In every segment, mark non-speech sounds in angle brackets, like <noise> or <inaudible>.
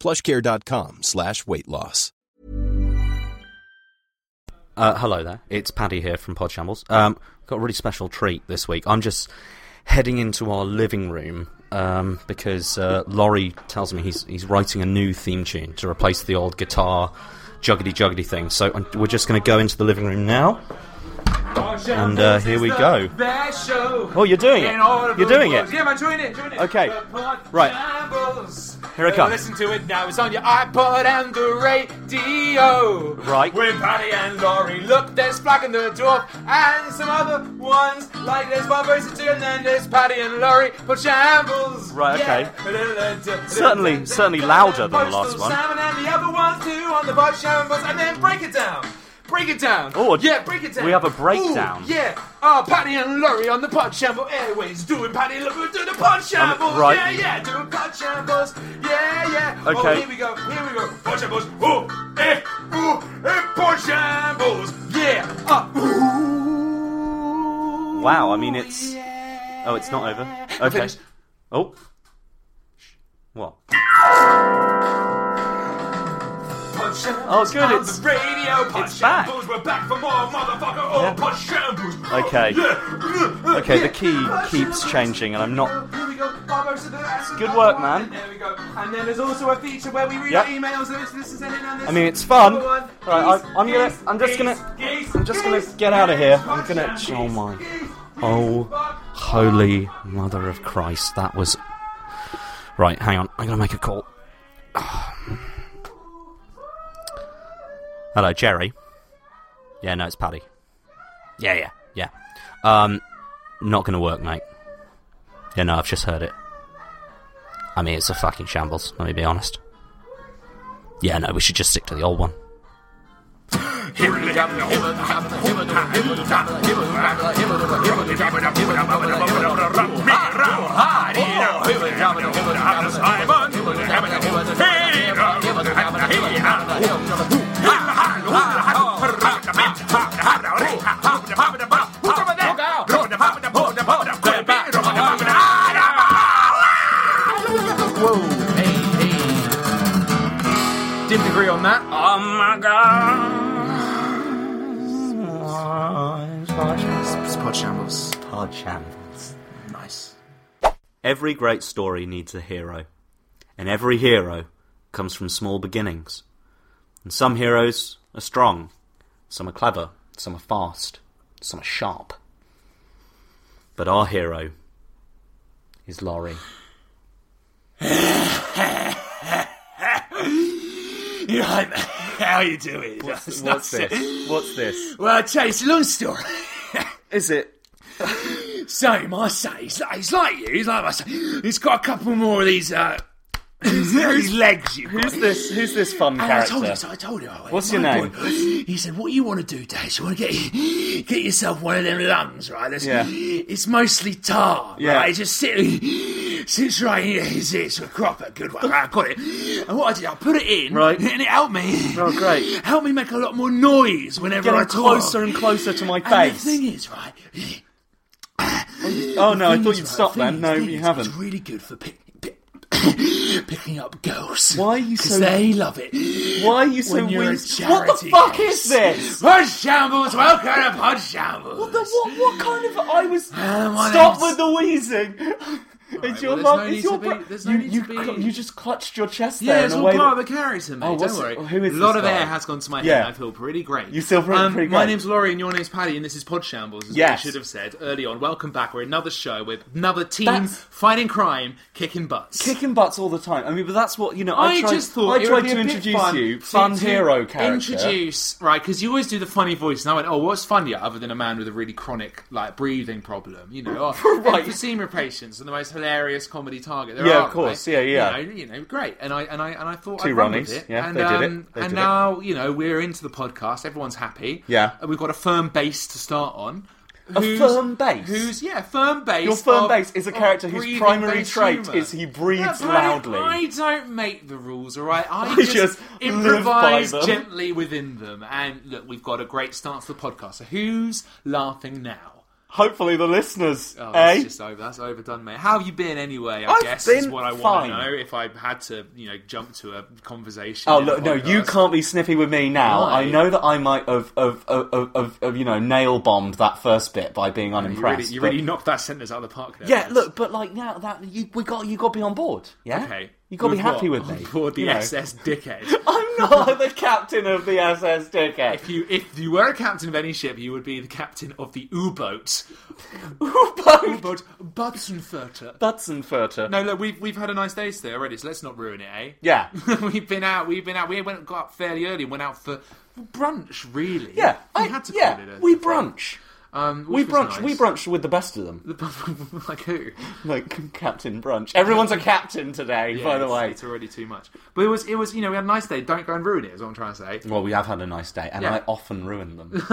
Plushcare.com slash weight loss. Uh, hello there, it's Paddy here from Podshambles. Um, got a really special treat this week. I'm just heading into our living room um, because uh, Laurie tells me he's he's writing a new theme tune to replace the old guitar juggedy juggedy thing. So i we're just going to go into the living room now. And uh, here we go. Oh, you're doing it. You're doing it. Yeah, man, join in, join in. Okay. Right. right. Here I come. Listen to it now. It's on your iPod and the radio. Right. With Paddy and Laurie. Look, there's Flag and the Dwarf and some other ones. Like there's Bob Versus Two and then there's Paddy and Laurie. But shambles. Right, okay. okay. Certainly- certainly louder than the last one. Salmon and the other ones too on the Bob Shambles. And then break it down. Break it down. Oh, yeah, break it down. we have a Ooh, breakdown. yeah. Oh, Paddy and Laurie on the Pod Shamble Airways doing Paddy and Laurie doing the Pod Shambles. Um, right. Yeah, yeah, doing Pod Shambles. Yeah, yeah. Okay. Oh, here we go. Here we go. Pod Shambles. Ooh, eh, ooh, eh, Pod Shambles. Yeah. Uh, ooh. Wow, I mean, it's- Yeah. Oh, it's not over. Okay. <laughs> Finished. Oh. Shh. What? Pod Shambles Oh, good, On it's- the radio. Pod it's back. Shambles. We're back for more, motherfucker. Oh, Yeah. Pod Shambles. Okay. Yeah. Okay, the Yeah. key Pod keeps Shambles. changing, and I'm not. Here we go. Bob Oaks of the Acid Good Rock work, One. man. There we go. And then there's also a feature where we read Yep. our emails. and This, this is in and this. I mean, it's fun. Number Right, one. I, Geese, I'm gonna. geese, I'm just gonna. geese, geese, I'm just gonna geese, get out of here. geese, I'm gonna. geese, Oh my. geese, geese, Oh, fuck. holy mother of Christ! That was. Right, hang on. I'm gonna make a call. <sighs> Hello, Jerry. Yeah, no, it's Paddy. Yeah, yeah, yeah. Um, not gonna work, mate. Yeah, no, I've just heard it. I mean, it's a fucking shambles. Let me be honest. Yeah, no, we should just stick to the old one. Didn't agree on that. Oh my god. It's Pod Shambles. Pod shambles. Nice. Every great story needs a hero, and every hero comes from small beginnings. And some heroes are strong, some are clever, some are fast, some are sharp. But our hero is Laurie. How are you doing? It's not sick. What's this? Well, Chase, long story. Is it? So, my son, he's like, he's like you. He's like my son. He's got a couple more of these, uh, <laughs> these legs you've got. this? Who's this fun And I told him, so I told him. I went, What's your "My name?" boy," He said, "What you want to do, Dad? You want to get get yourself one of them lungs, right? That's, Yeah. It's mostly tar, Yeah. right? It Just sit, sits right here. It's, it's a cropper, good one. Right, I got it. And what I did, I put it in, Right. and it helped me. Oh, great. <laughs> Helped me make a lot more noise whenever I Getting talk. closer and closer to my And the face. thing is, right? Oh no, I thing thought is, you'd right, stop thing then. is, No, thing you is, haven't. It's really good for pick, pick, <coughs> picking up girls. Why are you so- Because they love it. Why are you so when you're weird? at charity What the fuck house. is this? Pod shambles, welcome to pod shambles. What, the, what, what kind of I was? Uh, my Stop name's- with the wheezing. It's Alright, your well, mum. there's It's no your need to mum. be- there's no You, need you, to be- cl- you just clutched your chest there Yeah, it's in a all way. part that- of the character, mate. Oh, Don't what's- worry. who is a lot this of guy? air has gone to my head. Yeah. and I feel pretty great. You still feel um, pretty My great. name's Laurie, and your name's Paddy, and this is Pod Shambles. Is Yes. what I should have said early on. Welcome back. We're another show with another team That's- fighting crime, kicking butts. Kicking butts all the time. I mean, but that's what you know. I, I, tried, just thought I it would tried be to a bit introduce fun you, to- fun to hero character. Introduce right because you always do the funny voice, and I went, "Oh, what's funnier other than a man with a really chronic like breathing problem?" You know, <laughs> oh, Right. emphysema patients are the most hilarious comedy target. There Yeah, are, of course. right? Yeah, yeah. You know, you know, great. And I and I and I thought Two I'd run with Ronnies. it. Yeah, and, they did it. um, They and did it. now you know we're into the podcast. Everyone's happy. Yeah. and we've got a firm base to start on. A Who's- firm base? Who's yeah? Firm base. Your firm of- base is a character of whose breathing primary based trait humour. is he breathes Yeah, but I- loudly. I don't make the rules, all right? I, <laughs> I just, just live by improvise them. gently within them. And look, we've got a great start for the podcast. So who's laughing now? Hopefully, the listeners, Oh, eh? that's just over. That's overdone, mate. How have you been anyway? I I've guess is been what I fine. want to know. If I had to, you know, jump to a conversation. Oh in a look, no, you podcast. can't be snippy with me now. Why? I know that I might have, of, of, of, of, of you know, nail bombed that first bit by being You really, unimpressed. you but- really knocked that sentence out of the park. There, yeah, Lance. look, but like now that you we got you got to be on board. Yeah, Okay. you got to be With happy what? with <laughs> me. On board the you know. SS dickhead. <laughs> I'm not the captain of the SS Dickhead. If you if you were a captain of any ship, you would be the captain of the U-boat. <laughs> U-boat Butzenfurter. Butzenfurter. No, look, we've we've had a nice day today already, so let's not ruin it, eh? <laughs> Yeah. we've been out. We've been out. We went got up fairly early and went out for brunch. Really? Yeah, we I, had to. yeah, call it a- we brunch. Um, We which was brunch. nice. We brunched with the best of them, <laughs> like who? like <laughs> Captain Brunch. Everyone's a captain today, Yeah, by the <laughs> it's- way. it's already too much. But it was it was you know we had a nice day. Don't go and ruin it. Is what I'm trying to say. Well, we have had a nice day, and Yeah. I often ruin <laughs> them.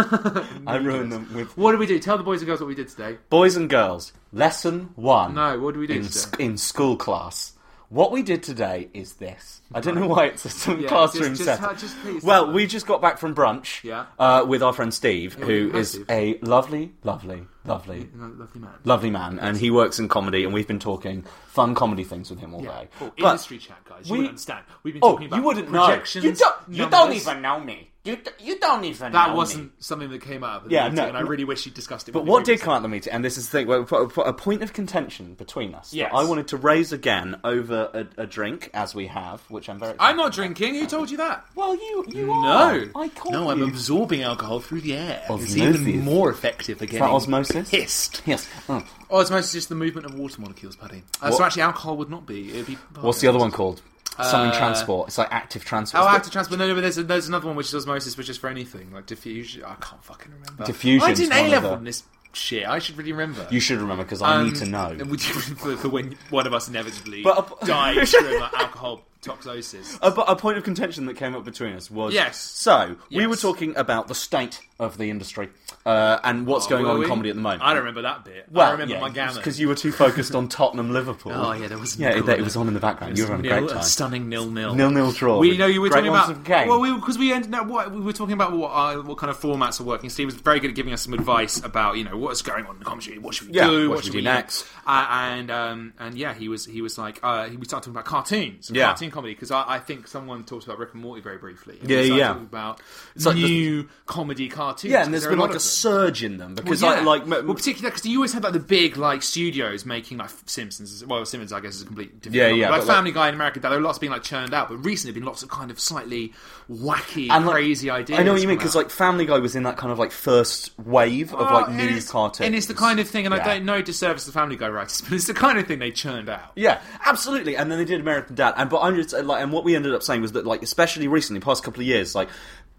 I ruin them with What did we do? Tell the boys and girls what we did today. boys and girls. Lesson one. No, what did we do in, today? sc- in school class. What we did today is this. I don't know why it's a some Yeah, classroom just- just- setting. just please tell well, them. we just got back from brunch Yeah. uh, with our friend Steve, who hi, is Steve. a lovely, lovely, lovely, No, lovely man. lovely man, and he works in comedy, and we've been talking fun comedy things with him all Yeah. day. Oh, But- industry chat, guys. You we- wouldn't understand. We've been oh, talking about you wouldn't know. projections. You don't. You don't numbers. even know me. You d- you don't even. know That me. wasn't something that came out of the Yeah, meeting, no. and I really wish you discussed it. But what did come out of the meeting, and this is the thing, well, po- po- a point of contention between us Yes. that I wanted to raise again over a, a drink, as we have, which I'm very. I'm not drinking. Who told you that? Well, you you are. No, I called no, you. I'm absorbing alcohol through the air. It's Osmosis. even more effective again. that osmosis? Pissed. Yes. Mm. Osmosis is Oh, just the movement of water molecules, buddy. Uh, so What- actually, alcohol would not be. It'd be What's the other one called? Something transport. It's like active transport. Uh, Oh, It's active transport. No, no, but there's, there's another one which is osmosis, which is for anything like diffusion. I can't fucking remember. Diffusion's I did one an of A level the- in this shit. I should really remember. the- you should remember because I Um, need to <laughs> know. and we do- for, for when one of us inevitably But- <laughs> dies from uh, alcohol toxosis. A, a point of contention that came up between us was Yes. So we Yes. were talking about the state of the industry uh, and what's going Were on we? in comedy at the moment. I don't remember that bit. I remember my gammon. because you were too focused on Tottenham Liverpool. <laughs> Oh, yeah, there was yeah, nil- it, it was on in the background. You were having a great Nil- time. stunning nil nil. Nil nil draw. We know you were Great talking ones about of game. well, because we, ended up what we were talking about what uh, what kind of formats are working. Steve was very good at giving us some advice about you know what's going on in the commentary, what should we Yeah, do, what should we do next? uh, and um, and yeah, he was he was like uh, he- we started talking about cartoons, and Yeah. cartoon comedy because I, I think someone talked about Rick and Morty very briefly. And Yeah, we started yeah. talking about like the- new comedy cartoons. yeah, 'cause and there's there are been lot like a of them. surge in them because Well, yeah. like, like well, particularly because you always had like the big like studios making like Simpsons. Well, Simpsons, I guess, is a complete different. Yeah, genre. yeah, Like but, like- Family Guy in America, there are lots being like churned out, but recently been lots of kind of slightly wacky, like, crazy ideas. I know what you mean come because out. like Family Guy was in that kind of like first wave of Well, like and new it's- cartoons, and it's the kind of thing, and I Yeah. don't know disservice to Family Guy writers, <laughs> but it's the kind of thing they churned out. Yeah, absolutely. And then they did American Dad. And but I'm just uh, like, and what we ended up saying was that like, especially recently, past couple of years, like.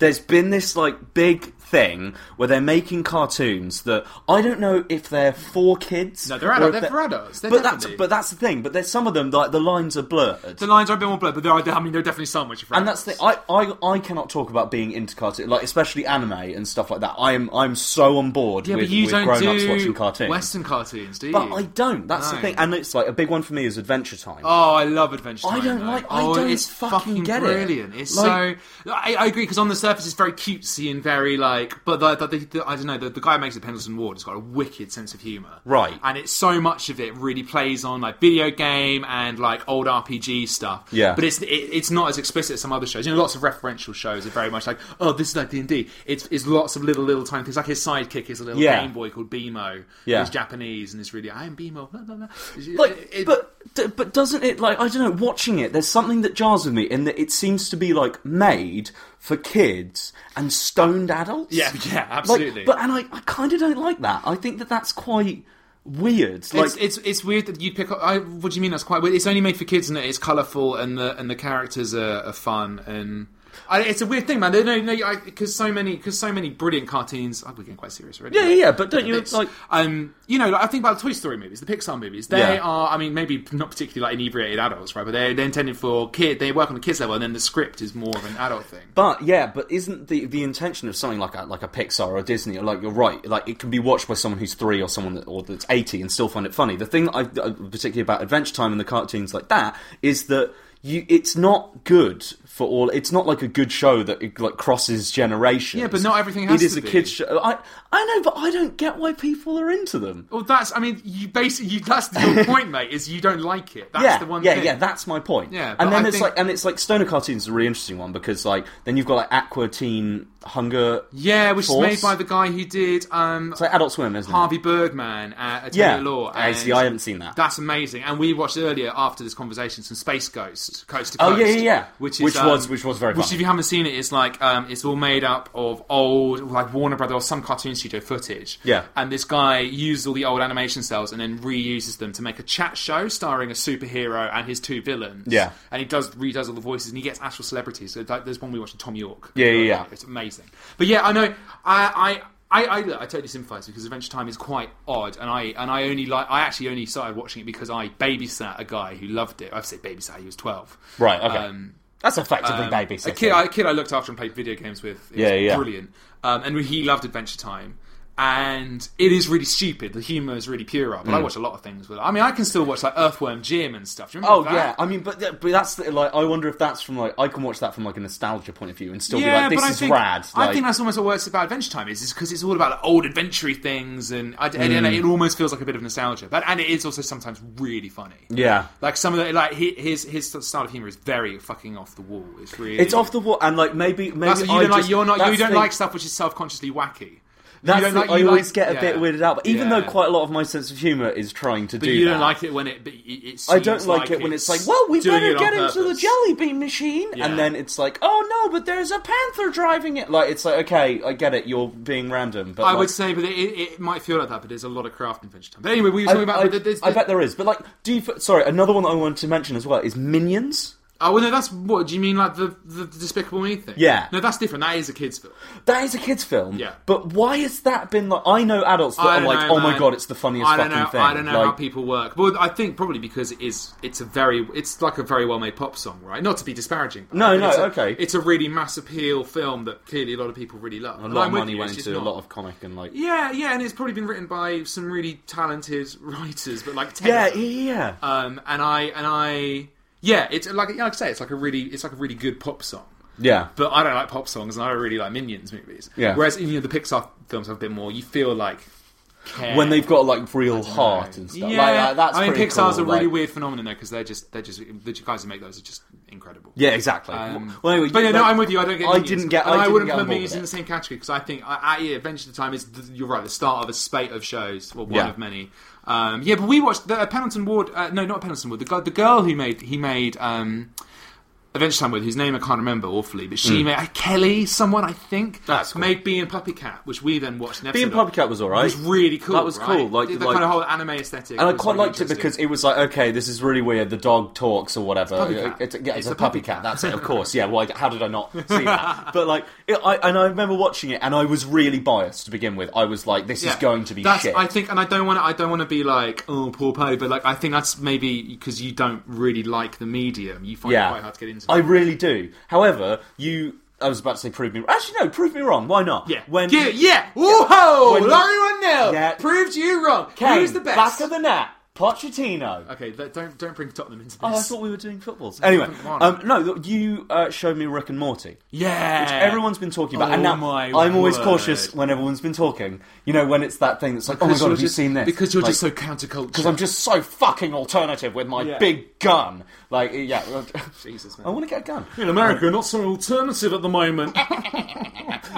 There's been this like big thing where they're making cartoons that I don't know if they're for kids. No, they're or adult- if they're for adults. They're but that's definitely- but that's the thing. But there's some of them like the lines are blurred. The lines are a bit more blurred, but there are. I mean, there are definitely some which. Are And that's the I, I I cannot talk about being into cartoon like especially anime and stuff like that. I am I'm so on board yeah, with, but you with don't grown ups do watching cartoons. Western cartoons, do you? but I don't. That's No. the thing. And it's like a big one for me is Adventure Time. Oh, I love Adventure Time. I don't though. like- I Oh, don't it's fucking get it. brilliant. It's Like- so. I, I agree because on the surface is very cutesy and very like, but the, the, the, the- I don't know. The, the guy who makes it, Pendleton Ward, has got a wicked sense of humor, Right. And it's so much of it really plays on like video game and like old RPG stuff, Yeah. But it's it, it's not as explicit as some other shows. You know, lots of referential shows are very much like, oh, this is like D and D. It's it's lots of little little tiny things. Like his sidekick is a little Yeah. Game Boy called Beemo, Yeah. who's Japanese and is really I am Beemo. Blah, blah, blah. Like, It- but d- but doesn't it like I don't know? Watching it, there's something that jars with me in that it seems to be like made for kids and stoned adults. Yeah, <laughs> yeah, Like, absolutely. but and I, I kind of don't like that. I think that that's quite weird. Like, it's, it's it's weird that you pick up. I, what do you mean? That's quite weird. It's only made for kids, and it's colourful, and the and the characters are, are fun, and I, it's a weird thing, man. They don't know because so many because so many brilliant cartoons. Oh, we're getting quite serious already. yeah, yeah, yeah, but don't you It's- like? um, you know, like, I think about the Toy Story movies, the Pixar movies. They Yeah. are, I mean, maybe not particularly like inebriated adults, right? But they're, they're intended for kid. They work on a kids level, and then the script is more of an adult thing. But yeah, but isn't the the intention of something like a like a Pixar or Disney or like you're right, like it can be watched by someone who's three or someone that, or that's eighty and still find it funny. The thing that I uh, particularly about Adventure Time and the cartoons like that is that you it's not good for all. It's not like a good show that it, like crosses generations. Yeah, but not everything has It is to a be. kids show. I I know, but I don't get why people are into them. Well, that's. I mean, you basically you, that's <laughs> your point, mate. Is you don't like it. That's yeah, the one. yeah, thing. yeah. That's my point. Yeah, but and then I it's think- like, and it's like stoner cartoons is a really interesting one because like then you've got like Aqua Teen Hunger. Yeah, which Force. is made by the guy who did um, It's like Adult Swim, isn't it? Harvey Birdman at Attorney Yeah. at Law. I and see, I haven't seen that. That's amazing. And we watched earlier after this conversation some Space Ghost, Coast to Oh, Coast. yeah, yeah, yeah. Which, is, Which um, was- which was very Which funny. if you haven't seen it, it's like um, it's all made up of old like Warner Brother or some cartoon studio footage. Yeah. And this guy used all the old animation cells and then reuses them to make a chat show starring a superhero and his two villains. Yeah. And he does redoes all the voices and he gets actual celebrities. So like, there's one we watched with Tom York. Yeah, yeah, yeah. It's amazing. But yeah, I know. I I I, I, look, I totally sympathise because Adventure Time is quite odd, and I and I only like I actually only started watching it because I babysat a guy who loved it. I've said babysat; he was twelve. Right, okay. Um, That's effectively um, baby A kid, I- a kid I looked after and played video games with. It Yeah, was yeah. Brilliant. Um, and he loved Adventure Time. And it is really stupid. The humour is really puerile. Mm. But I watch a lot of things with. I mean, I can still watch like Earthworm Jim and stuff. Do you Oh remember yeah, that? I mean, but but that's the, like I wonder if that's from like I can watch that from like a nostalgia point of view and still be like but this I is think, rad. Like, I think that's almost what works about Adventure Time is, is because it's all about like, old adventure things, and I, and- Mm. and it almost feels like a bit of nostalgia. But and it is also sometimes really funny. yeah. Like some of the like hi- his his style of humor is very fucking off the wall. It's really It's off the wall, and like maybe maybe That's what you I don't like. just- You're not. that's You don't the- like stuff which is self consciously wacky. That's you don't the- like, I you always like- get a bit yeah. weirded out. But even though Yeah. quite a lot of my sense of humor is trying to But do, you that, don't like it when it. But it, it I don't seems like, it when it's like, well, we doing better it on get into the purpose. jelly bean machine, Yeah. and then it's like, oh no, but there's a panther driving it. Like it's like, okay, I get it. You're being random, but I like, would say, but it, it, it might feel like that. But there's a lot of craft in Adventure Time. But anyway, we were talking about. I, the, the, the, I bet there is, but like, do you? f- Sorry, another one that I wanted to mention as well is Minions. Oh well, no, that's what do you mean? Like the the Despicable Me thing? Yeah. No, that's different. That is a kids' film. That is a kids' film, Yeah. But why has that been like? I know adults that I are don't like, know, oh my man. god, it's the funniest I don't fucking know. thing. I don't know how Like, people work. Well, I think probably because it is. It's a very. It's like a very well made pop song, right? Not to be disparaging. but- No, but no, it's a, okay. It's a really mass appeal film that clearly a lot of people really love. a lot of money went into a lot of comic and like, yeah, Yeah, yeah, and it's probably been written by some really talented <laughs> writers, but like ten yeah, of them. yeah. Um, and I and I, yeah, it's like like I say, it's like a really it's like a really good pop song. yeah. but I don't like pop songs and I don't really like Minions movies. Yeah. Whereas you know the Pixar films have a bit more. You feel like care. when they've got like real heart and yeah, stuff. Like, like, that's I mean pretty Pixar's cool, a really like- weird phenomenon though because they're just they're just the guys who make those are just incredible. Yeah, exactly. Um, well, anyway, but yeah, no, like, I'm with you. I don't get. I Minions. didn't get. And I, I, didn't wouldn't get on put board Minions with in it. the same category because I think I, I, yeah, Adventure Time is. The, you're right. The start of a spate of shows, or one Yeah. of many. Um, yeah, but we watched the uh, Pendleton Ward. Uh, no, not Pendleton Ward. The, guy- the girl who made he made. Um, Adventure Time with whose name I can't remember awfully, but she made uh, Kelly, someone I think, Hmm. That's cool. made Bee and Puppy Cat, which we then watched. An Bee and episode of. Puppy Cat was alright. It was really cool. That was right? cool, like- the, like- kind of whole anime aesthetic, And I was, quite like, liked it interesting. because it was like, okay, this is really weird. The dog talks or whatever. puppy cat. It's, yeah, it's, It's a, a puppy puppy cat. That's it. Of course. Yeah. Why? How did I <laughs> not see that? but like, it, I and I remember watching it, and I was really biased to begin with. I was like, this is Yeah. going to be that's, shit. I think, and I don't want to. I don't want to be like, oh, poor Paddy, but like, I think that's maybe because you don't really like the medium. You find yeah. it quite hard to get into. I really do. However, you. I was about to say prove me. Actually, no, prove me wrong. Why not? yeah. When yeah, yeah. Whoa, When- Larry One Yeah. proved you wrong. Kane, Who's the best? Back of the net. Pochettino. Okay, th- don't don't bring Tottenham into this. Oh, I thought we were doing footballs. Anyway, Come on. um, no, you uh, showed me Rick and Morty. yeah, which everyone's been talking about. and Oh now my I'm always word. cautious when everyone's been talking. You know, when it's that thing that's like, oh my Because god, you're have you just- seen this? Because you're Like, just so counterculture. because I'm just so fucking alternative with my Yeah. big gun. Like, yeah, <laughs> Jesus, man. I want to get a gun. in America, not so alternative at the moment.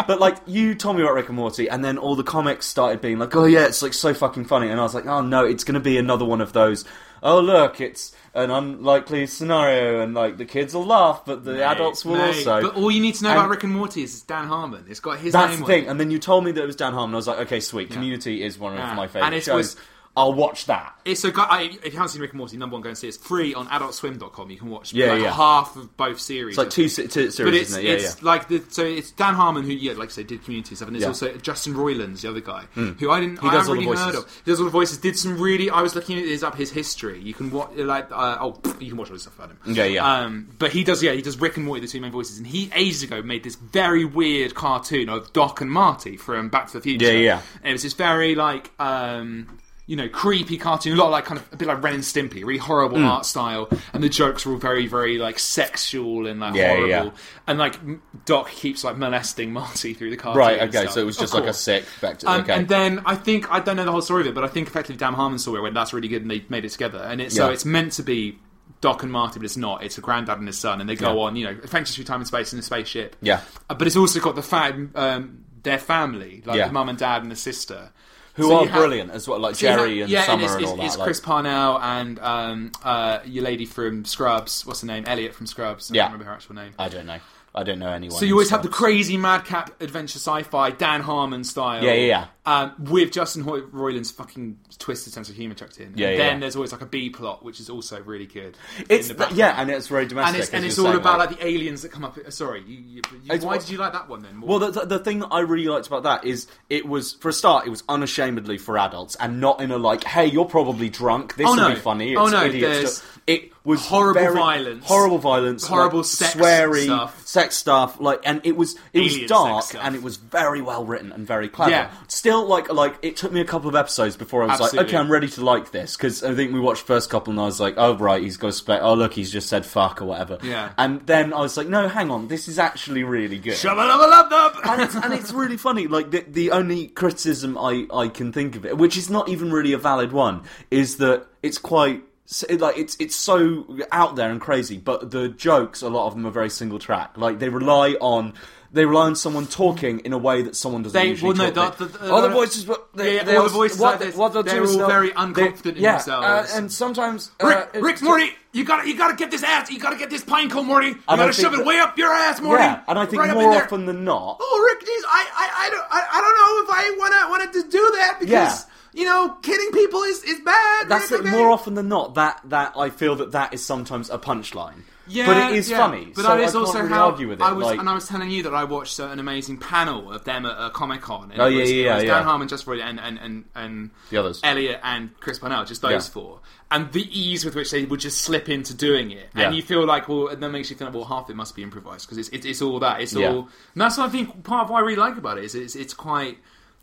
But like, you told me about Rick and Morty, and then all the comics started being like, oh yeah, it's like so fucking funny, and I was like, oh no, it's going to be another one of those. Oh look, it's an unlikely scenario, and like the kids will laugh, but the adults will also. But all you need to know And- about Rick and Morty is it's Dan Harmon. It's got his That's name the on it. thing. And then you told me that it was Dan Harmon. I was like, okay, sweet. Community is one of Yeah. my Ah, And favorite it shows. was- I'll watch that. It's a guy. I, if you haven't seen Rick and Morty, number one, go and see it. It's free on AdultSwim.com. You can watch Yeah, like yeah. half of both series. It's like two, se- two series, But it's, isn't it? Yeah, it's like the so it's Dan Harmon who yeah like I say did Community and stuff and there's Yeah. Hmm. also Justin Roiland's the other guy who I didn't I does haven't all the really heard voices. of. He does all the voices. Did some really I was looking at his up his history. You can watch like uh, oh you can watch all this stuff about him. Yeah, yeah. Um, but he does yeah he does Rick and Morty the two main voices and he ages ago made this very weird cartoon of Doc and Marty from Back to the Future. Yeah, yeah. And it was this very like um, you know creepy cartoon, a lot of, like kind of a bit like Ren and Stimpy, really horrible Hmm. art style, and the jokes were all very very like sexual and like Yeah, horrible. yeah. And like m- Doc keeps like molesting Marty through the cartoon. Right, and okay. stuff. So it was Of just like a course. sick back to Um, okay. And then I think I don't know the whole story of it, but I think effectively Dan Harmon saw it when that's really good, and they made it together. And it's so Yeah. it's meant to be Doc and Marty, but it's not. It's a granddad and his son, and they go on, you know, adventures through time and space in a spaceship. Yeah. Uh, but it's also got the fam, um, their family, like Yeah. the mum and dad and the sister, Who So are you have- brilliant as well, like so you Jerry have- and yeah, Summer it's, and it's, all that. It's like- Chris Parnell and um, uh, your lady from Scrubs. What's her name? Elliot from Scrubs. I Yeah. Uh, can't remember her actual name. I don't know. I don't know anyone. So you always have himself. the crazy madcap adventure sci-fi Dan Harmon style. Yeah, yeah, Um, with Justin Hoy- Roiland's fucking twisted sense of humor chucked in. And Yeah, yeah, Then yeah. there's always like a B plot, which is also really good. It's in the the- background. yeah, and it's very domestic. And it's, as and it's you're all saying, about like, the aliens that come up. uh, Sorry, you, you, you, It's why what- did you like that one then? More? Well, the, the, the thing that I really liked about that is it was, for a start, it was unashamedly for adults and not in a like, hey, you're probably drunk. This Oh, will no. be funny. It's Oh, no, idiot there's stuff." It was horrible very- violence. horrible violence, Horrible like, sex sweary stuff. sex stuff. Like, and it was it Alien was dark sex stuff. and it was very well written and very clever. Yeah. Still, like, like it took me a couple of episodes before I was like, Absolutely. okay, I'm ready to like this because I think we watched first couple and I was like, oh right, he's got a spec. Oh look, he's just said fuck or whatever. Yeah. And then I was like, no, hang on, this is actually really good Shabba-dabba-dub-dub! and, it's, and it's really funny. Like the, the only criticism I, I can think of it, which is not even really a valid one, is that it's quite s- it- like it's it's so out there and crazy. But the jokes, a lot of them are very single track. Like they rely on. They rely on someone talking in a way that someone doesn't They- usually well, no, talk. the- the- all the the- voices, were- they, Yeah, they all are- the voices what are they- this- what they'll they're do is all they'll- very they- unconfident in yeah, themselves. Uh, and sometimes Rick, uh, it's Rick ju- Morty, you gotta, you gotta get this ass. You gotta get this pine cone, Morty. You gotta I think shove it that- way up your ass, Morty. yeah, and I think Right up in more there. often than not, oh Rick, geez, I, I, I don't, I, I don't know if I wanna wanted to do that because Yeah. you know kidding people is is bad. That's Rick, it. okay? More often than not, that that I feel that that is sometimes a punchline. Yeah, but it is yeah. funny. so But that is I can't also really how argue with it. I was, like- and I was telling you that I watched uh, an amazing panel of them at uh, Comic Con. Oh, yeah, yeah, yeah, Dan yeah. Harmon, Just Roy, and and and, and The others. Elliot and Chris Parnell, just those Yeah. four, and the ease with which they would just slip into doing it, and Yeah. you feel like, well, and that makes you feel like, well, half it must be improvised because it's, it's it's all that. It's Yeah. all. And that's what I think. Part of what I really like about it is it's it's quite.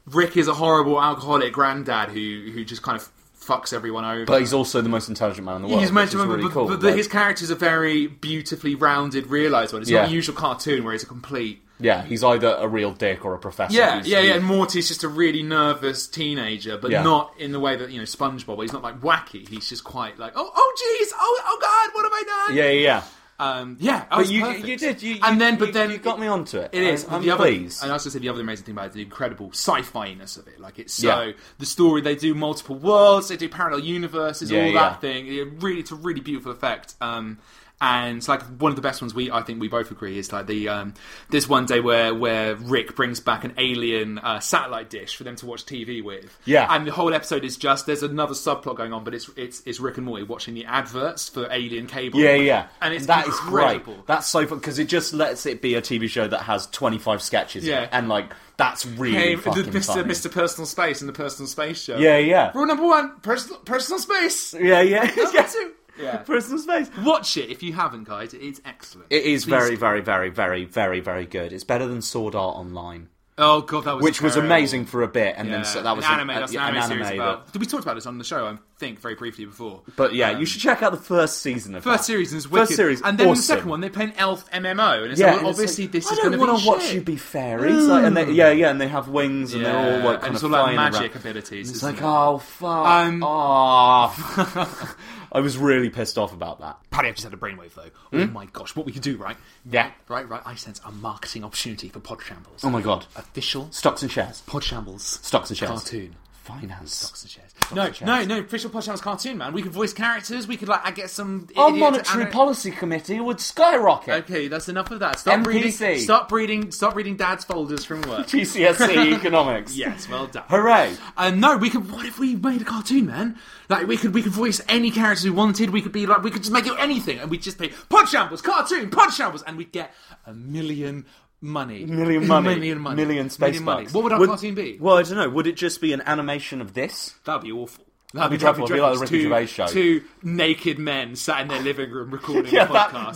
Rick is a horrible alcoholic granddad who who just kind of fucks everyone over. but he's also the most intelligent man in the world. He's He's meant to really remember, but, cool. but the- like- his characters are very beautifully rounded, realised one. It's not Yeah. a usual cartoon where it's a complete. yeah, he's either a real dick or a professor. Yeah, He's- yeah, he- yeah. And Morty's just a really nervous teenager, but Yeah. not in the way that you know SpongeBob. He's not like wacky. He's just quite like, oh, oh, jeez, oh, oh, God, what have I done? Yeah, yeah, yeah. um, yeah. that But was you, perfect. you did. You, and you- then, but you- then you got me onto it. Um, It is. I, am the other, pleased. And I also said the other amazing thing about it is the incredible sci-fi-ness of it. Like it's so Yeah. the story. They do multiple worlds. They do parallel universes. Yeah, all yeah. that thing. It really, it's a really beautiful effect. Um, and it's like one of the best ones we, I think we both agree is like the um, this one day where where Rick brings back an alien uh, satellite dish for them to watch TV with. Yeah. and the whole episode is just there's another subplot going on, but it's it's it's Rick and Morty watching the adverts for Alien Cable. Yeah, yeah, and it's that is incredible. great. That's so fun because it just lets it be a TV show that has twenty five sketches. in it, Yeah. and like that's really Hey, the fucking Mr. funny. Mr. Personal Space and the Personal Space Show. Yeah, yeah. Rule number one: personal personal space. Yeah, yeah, <laughs> yeah. two. Yeah. Personal space. Watch it if you haven't, guys. It's excellent. It is Please- very, very, very, very, very, very good. It's better than Sword Art Online, Oh god, that was which was terrible. amazing for a bit, and Yeah. then so that was an anime. That's yeah, an anime, series that- about. Did we talked about this on the show? I'm think very briefly before. But yeah, you should check out the first season of um, First that. series is wicked. First series, and then awesome. the second one, they play an elf MMO, and it's Yeah, like, and well, it's obviously like, this I is don't going to wanna be watch shit. Mm. you be fairies. Like, and they, yeah, yeah, and they have wings and they're all like and kind it's of all like flying around. magic abilities. It's isn't like, it? oh fuck Um, <laughs> off. <laughs> I was really pissed off about that. Paddy, I've just had a brainwave though. Oh my gosh, what we could do, right? Hmm? Yeah. Right, right. I sense a marketing opportunity for Podshambles. Oh my god. Official Stocks and shares. Podshambles Stocks and shares. cartoon. Finance. Stocks and shares. no, and shares. no, no. Official Podshambles cartoon, man. We could voice characters. We could like I get some. Our idiot- monetary ana- policy committee would skyrocket. Okay, that's enough of that. Stop reading. MPC. Stop reading. Stop reading Dad's folders from <laughs> work. <laughs> GCSE E economics. yes, well done. Hooray. Uh, no, we could. What if we made a cartoon, man? Like we could, we could voice any characters we wanted. We could be like, we could just make it anything, and we would just pay Podshambles cartoon Podshambles, and we'd get a million money, Million <laughs> money. million money, Million space Million money. bucks. What would our cartoon be? Well, I don't know. Would it just be an animation of this? That'd be awful. That'd be dreadful. It'd be like the It's Ricky two- Gervais show. Two naked men sat in their living room <laughs> recording a podcast.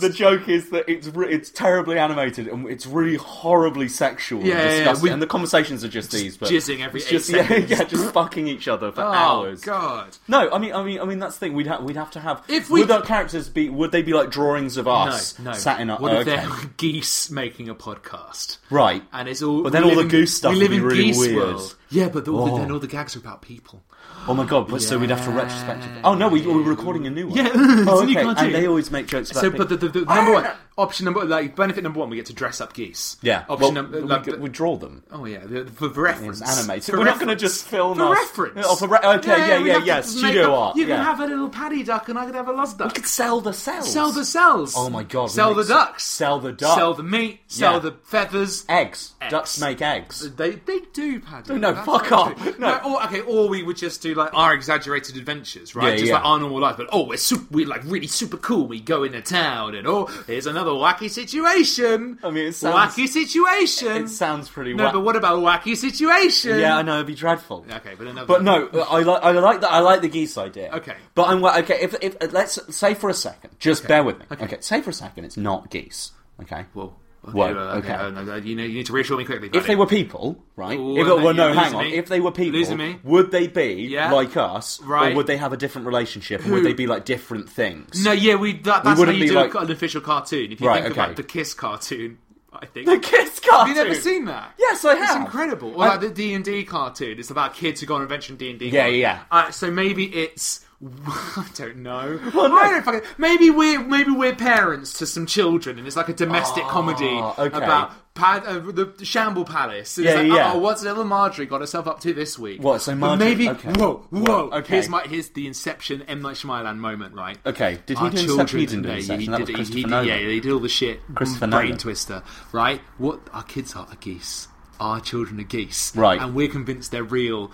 That, the joke is that it's re- it's terribly animated and it's really horribly sexual. Yeah, yeah, and yeah. disgusting. We- and the conversations are just these, but jizzing every it's eight just, <laughs> yeah, seconds. yeah, just fucking each other for oh hours. God. No, I mean, I mean, I mean. That's the thing. We'd ha- we'd have to have. If we- would our characters be? Would they be like drawings of us no, no. sat in our? What if okay. they're <laughs> geese making a podcast? Right. And it's all. But then we all live the in- goose stuff We would live be in really geese weird. world. Yeah, but, the, but Oh. then all the gags are about people. Oh my god! But so we'd have to retrospectively. Oh no, we, we're recording a new one. Yeah, <laughs> it's oh, a new okay. cartoon. And they always make jokes about. So, big- but the, the, the I number don't one know. option number like benefit number one, we get to dress up geese. Yeah. Option well, number we like, could- we draw them. oh yeah, the, the, for reference, It's animated. For We're not going to reference. just film for us- reference. Oh, for re- okay, yeah, we yeah, have to yeah, make studio up- art, You yeah. can have a little paddy duck, and I could have a lost duck. sell the cells. Sell the cells. Oh my God, we Sell the make- ducks. sell the ducks. Sell the meat. Sell Yeah. the feathers. eggs. Eggs. Ducks make eggs. They they do, Paddy. No, That's fuck what off. they do. No. or, okay, or we would just do like our exaggerated adventures, right? Yeah, just yeah. like our normal life. But oh, we're super, we're like really super cool. We go into town, and oh, here's another wacky situation. I mean, it sounds- wacky situation. It sounds pretty. no, wa- but what about wacky situation? Yeah, I know it'd be dreadful. Okay, but another. But no, I like I like that. I like the geese idea. Okay. but I'm wa- okay. If, if let's say for a second, just bear with me. Okay. say for a second, it's not geese. Okay. Well, Oh, okay, Whoa, well, okay. okay. oh, no, no, you know, you need to reassure me quickly. if Paddy. they were people, right? Ooh, if and then well, no, you're hang losing on. me. If they were people, Losing me. would they be Yeah. like us, Right. or would they have a different relationship, and would they be like different things? No, yeah, we that, that's wouldn't how be you do like- an official cartoon. If you Right, think okay. about the Kiss cartoon, I <laughs> think the kids cartoon. Have you never seen that? Yes, I It's have. incredible. Or I- like the D and D cartoon. It's about kids who go on adventure in D and D. Yeah, yeah, yeah. Uh, so maybe it's. <laughs> I don't know. I don't fucking. Maybe we're maybe we're parents to some children, and it's like a domestic comedy Ah, okay. about pad, uh, the, the Shamble Palace. And Yeah, it's like, yeah. Oh, what's little Marjorie got herself up to this week? What, so But Marjorie- maybe okay. whoa, whoa. Whoa, okay. Here's my here's the Inception M Night Shyamalan moment, right? Okay, did he Our do Inception? children He didn't do today, Inception, He that did, was he Christopher did- Nolan. Yeah, they did all the shit. Christopher brain Nolan. twister, right? What our kids are, are geese. Our children are geese, Right. And we're convinced they're real,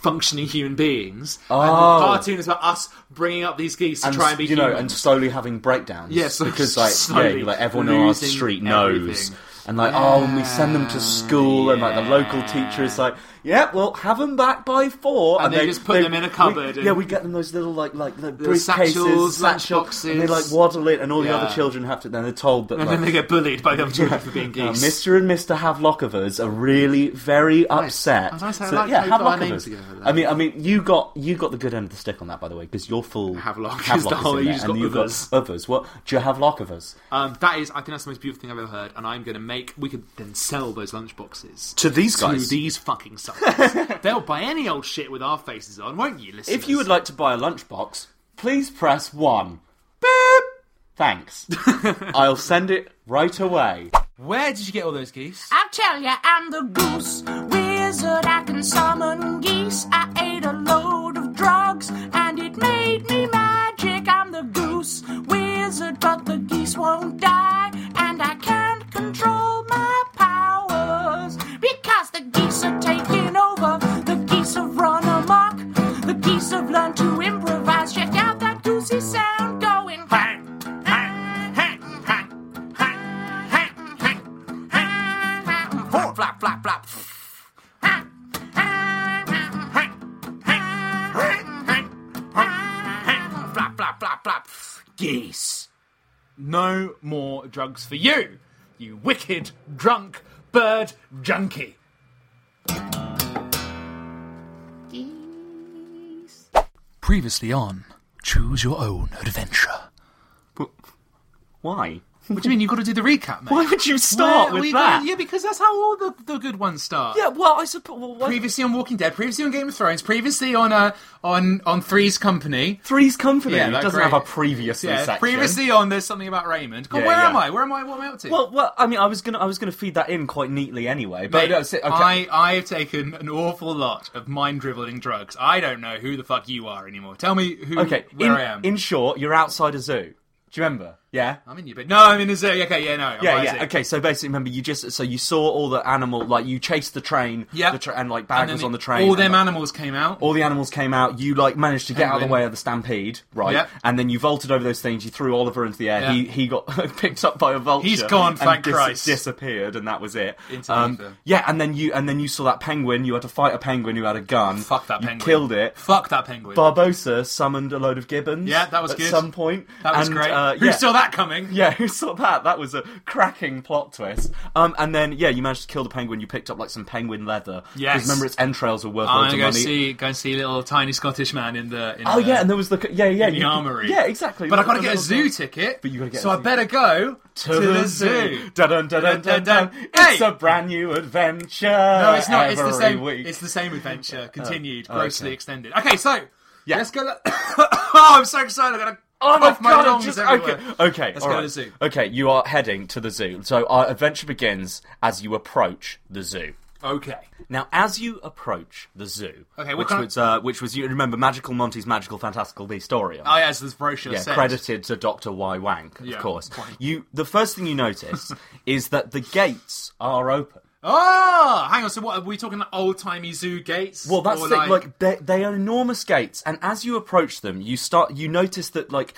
functioning human beings. And Oh. the cartoon is about us bringing up these geese to and try and be you know, human. and slowly having breakdowns. Yeah, so- because like slowly yeah, like everyone on our losing street knows. everything. And like, oh, and we send them to school, and like the local teacher is like, "Yeah, well, have them back by four. And they just put them in a cupboard We, and- yeah, we get them those little like like the Little briefcases, satchels, satchel, lunchboxes. and they like waddle it, and all Yeah. the other children have to. Then they're told that <laughs> and like, then they get bullied by the other children for being uh, geese. Mr. and Mr. Havlockovers are really very upset. As I say, I So, like yeah, how you put our Havlockovers. names together there. I mean, I mean, you got you got the good end of the stick on that, by the way, because you're full Havelock is Havelock the whole- in you there, just and got you've others. got others. What do you have Lockovers Um, that is, I think that's the most beautiful thing I've ever heard, and I'm going to make. We could then sell those lunchboxes to these to these fucking <laughs> suckers. They'll buy any old shit with our faces on, won't you? Listen, if you would like to buy a lunchbox, please press one. Beep. <laughs> Thanks. I'll send it right away. where did you get all those geese? I'll tell ya, I'm the goose wizard. I can summon geese. I ate a load of drugs and it made me magic. I'm the goose wizard, but the geese won't die. And I can't control my powers because the geese are taking over. The geese have run amok. The geese have learned to improvise. Check out that goosey sound going. Four, flap, flap, flap. Flap, flap, flap, flap. geese. No more drugs for you, you wicked, drunk, bird junkie. Geese. Previously on Choose Your Own Adventure. Why? What do you mean? You've got to do the recap, mate. Why would you start Where with we go- that? yeah, because that's how all the, the good ones start. Yeah, well, I suppose. Well, why- Previously on Walking Dead, previously on Game of Threes, previously on uh, on on Three's Company. Three's Company Yeah, like doesn't great. have a previously Yeah, section. previously on there's something about Raymond. God, Yeah, where am yeah. I? Where am I? What am I up to? Well, well, I mean, I was gonna, I was gonna feed that in quite neatly anyway. But Mate, no, si- okay. I I have taken an awful lot of mind dribbling drugs. I don't know who the fuck you are anymore. Tell me who okay. where in, I am. in short, you're outside a zoo. Do you remember? Yeah. I'm in you, but no, I'm in a zoo. Okay, yeah, no, I'm Yeah, by a yeah. zoo. Okay, so basically, remember, you just so you saw all the animal, like you chased the train, Yep. the tra- and like And Bag then was it- on the train. All and, them like, animals came out. all the animals came out. You like managed to get out of the Penguin. way of the stampede, right? Yep. And then you vaulted over those things. You threw Oliver into the air. Yeah. He he got <laughs> picked up by a vulture. He's gone, and thank Christ. Disappeared, and that was it. Um, Into ether. yeah, and then you and then you saw that penguin. You had to fight a penguin who had a gun. Fuck that You penguin. Killed it. Fuck that penguin. Barbosa summoned a load of gibbons. Yeah, that was at good. some point. that was And, great. Uh, Who yeah. saw that coming? Yeah, who saw that? That was a cracking plot twist. Um, and then yeah, you managed to kill the penguin. You picked up like some penguin leather. Yes. because remember its entrails were worth I'm loads gonna of go money. see go and see little tiny Scottish man in the. In Oh the, yeah, and there was the yeah yeah in the you- armory. Yeah, exactly. But I gotta The get a little- zoo ticket. But you gotta get so a I zoo. better go to, the zoo. Dun dun dun dun dun. dun. Hey! It's a brand new adventure. No, it's not. It's the every same. Week. Uh, oh, It's the same adventure continued, okay. grossly extended. Okay, so Yeah. let's go. <coughs> oh, I'm so excited! I gotta. Oh my cough my god! lungs I'm just, everywhere. okay, okay. Let's all go to right. the zoo. Okay, you are heading to the zoo. So our adventure begins as you approach the zoo. Okay. Now, as you approach the zoo, Okay, what which kind of- was uh, which was you remember Magical Monty's Magical Fantastical Beastorium. Oh, yeah, as this brochure yeah, says. credited to Doctor Y Wank, of Yeah, course. Wank. You the first thing you notice <laughs> is that the gates are open. Oh, hang on. So, what are we talking? Like old timey zoo gates? Well, that's Or the thing. Like they, they are enormous gates, and as you approach them, you start you notice that like.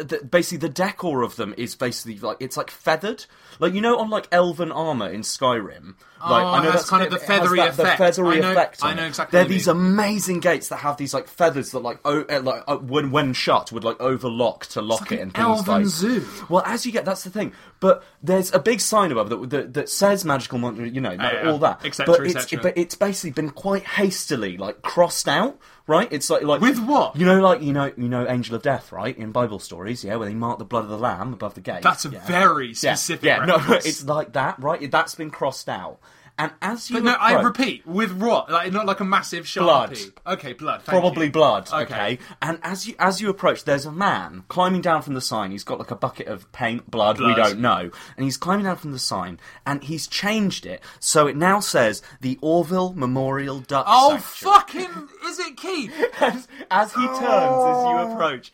The, basically, the decor of them is basically like it's like feathered, like you know on like elven armor in Skyrim. Like, Oh, it has kind of the it has feathery that- the effect. feathery I know- effect on I know it. exactly They're what you these mean. amazing gates that have these like feathers that like oh, uh, like uh, when when shut would like overlock to lock like it an and things elven like. zoo. Well, as you get, that's the thing. But there's a big sign above that that, that says magical monster, you know, yeah. all that. Et cetera, but et it's cetera. but it's basically been quite hastily like crossed out, right? It's like like With what? You know, like you know, you know, angel of death, right? In Bible stories, yeah, where they mark the blood of the lamb above the gate. that's a yeah. very yeah, specific. yeah. No, <laughs> reference. it's like that, right? That's been crossed out, and as you But no, I approach- repeat, with what? Like not like a massive sharpie. Blood. Okay, blood. thank Probably you. blood. Okay. Okay. And as you as you approach, there's a man climbing down from the sign. He's got like a bucket of paint, blood, Blood. we don't know, and he's climbing down from the sign, and he's changed it so it now says the Orville Memorial Duck. Oh Sanctuary. fucking! Is it Keith? As, as he turns, Oh. as you approach,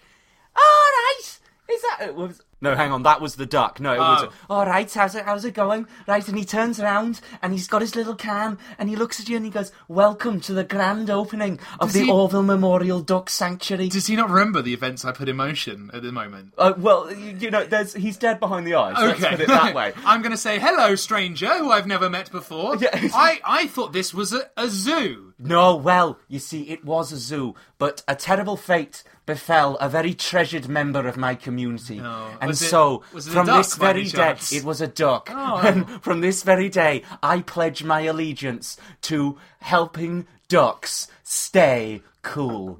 all right, is that? It was, no, hang on, that was the duck. No, it was. Oh. All right, how's it? How's it going? Right, and he turns around and he's got his little can and he looks at you and he goes, "Welcome to the grand opening of Does the he- Orville Memorial Duck Sanctuary." Does he not remember the events I put in motion at the moment? Uh, well, you, you know, there's he's dead behind the eyes. <laughs> Let's put it that way. <laughs> I'm going to say hello, stranger, who I've never met before. Yeah. I, I thought this was a, a zoo. No, well, you see, it was a zoo, but a terrible fate befell a very treasured member of my community. and was it- so, was it a from duck this by very any day, chance? Oh. it was a duck. <laughs> And from this very day, I pledge my allegiance to helping ducks stay cool.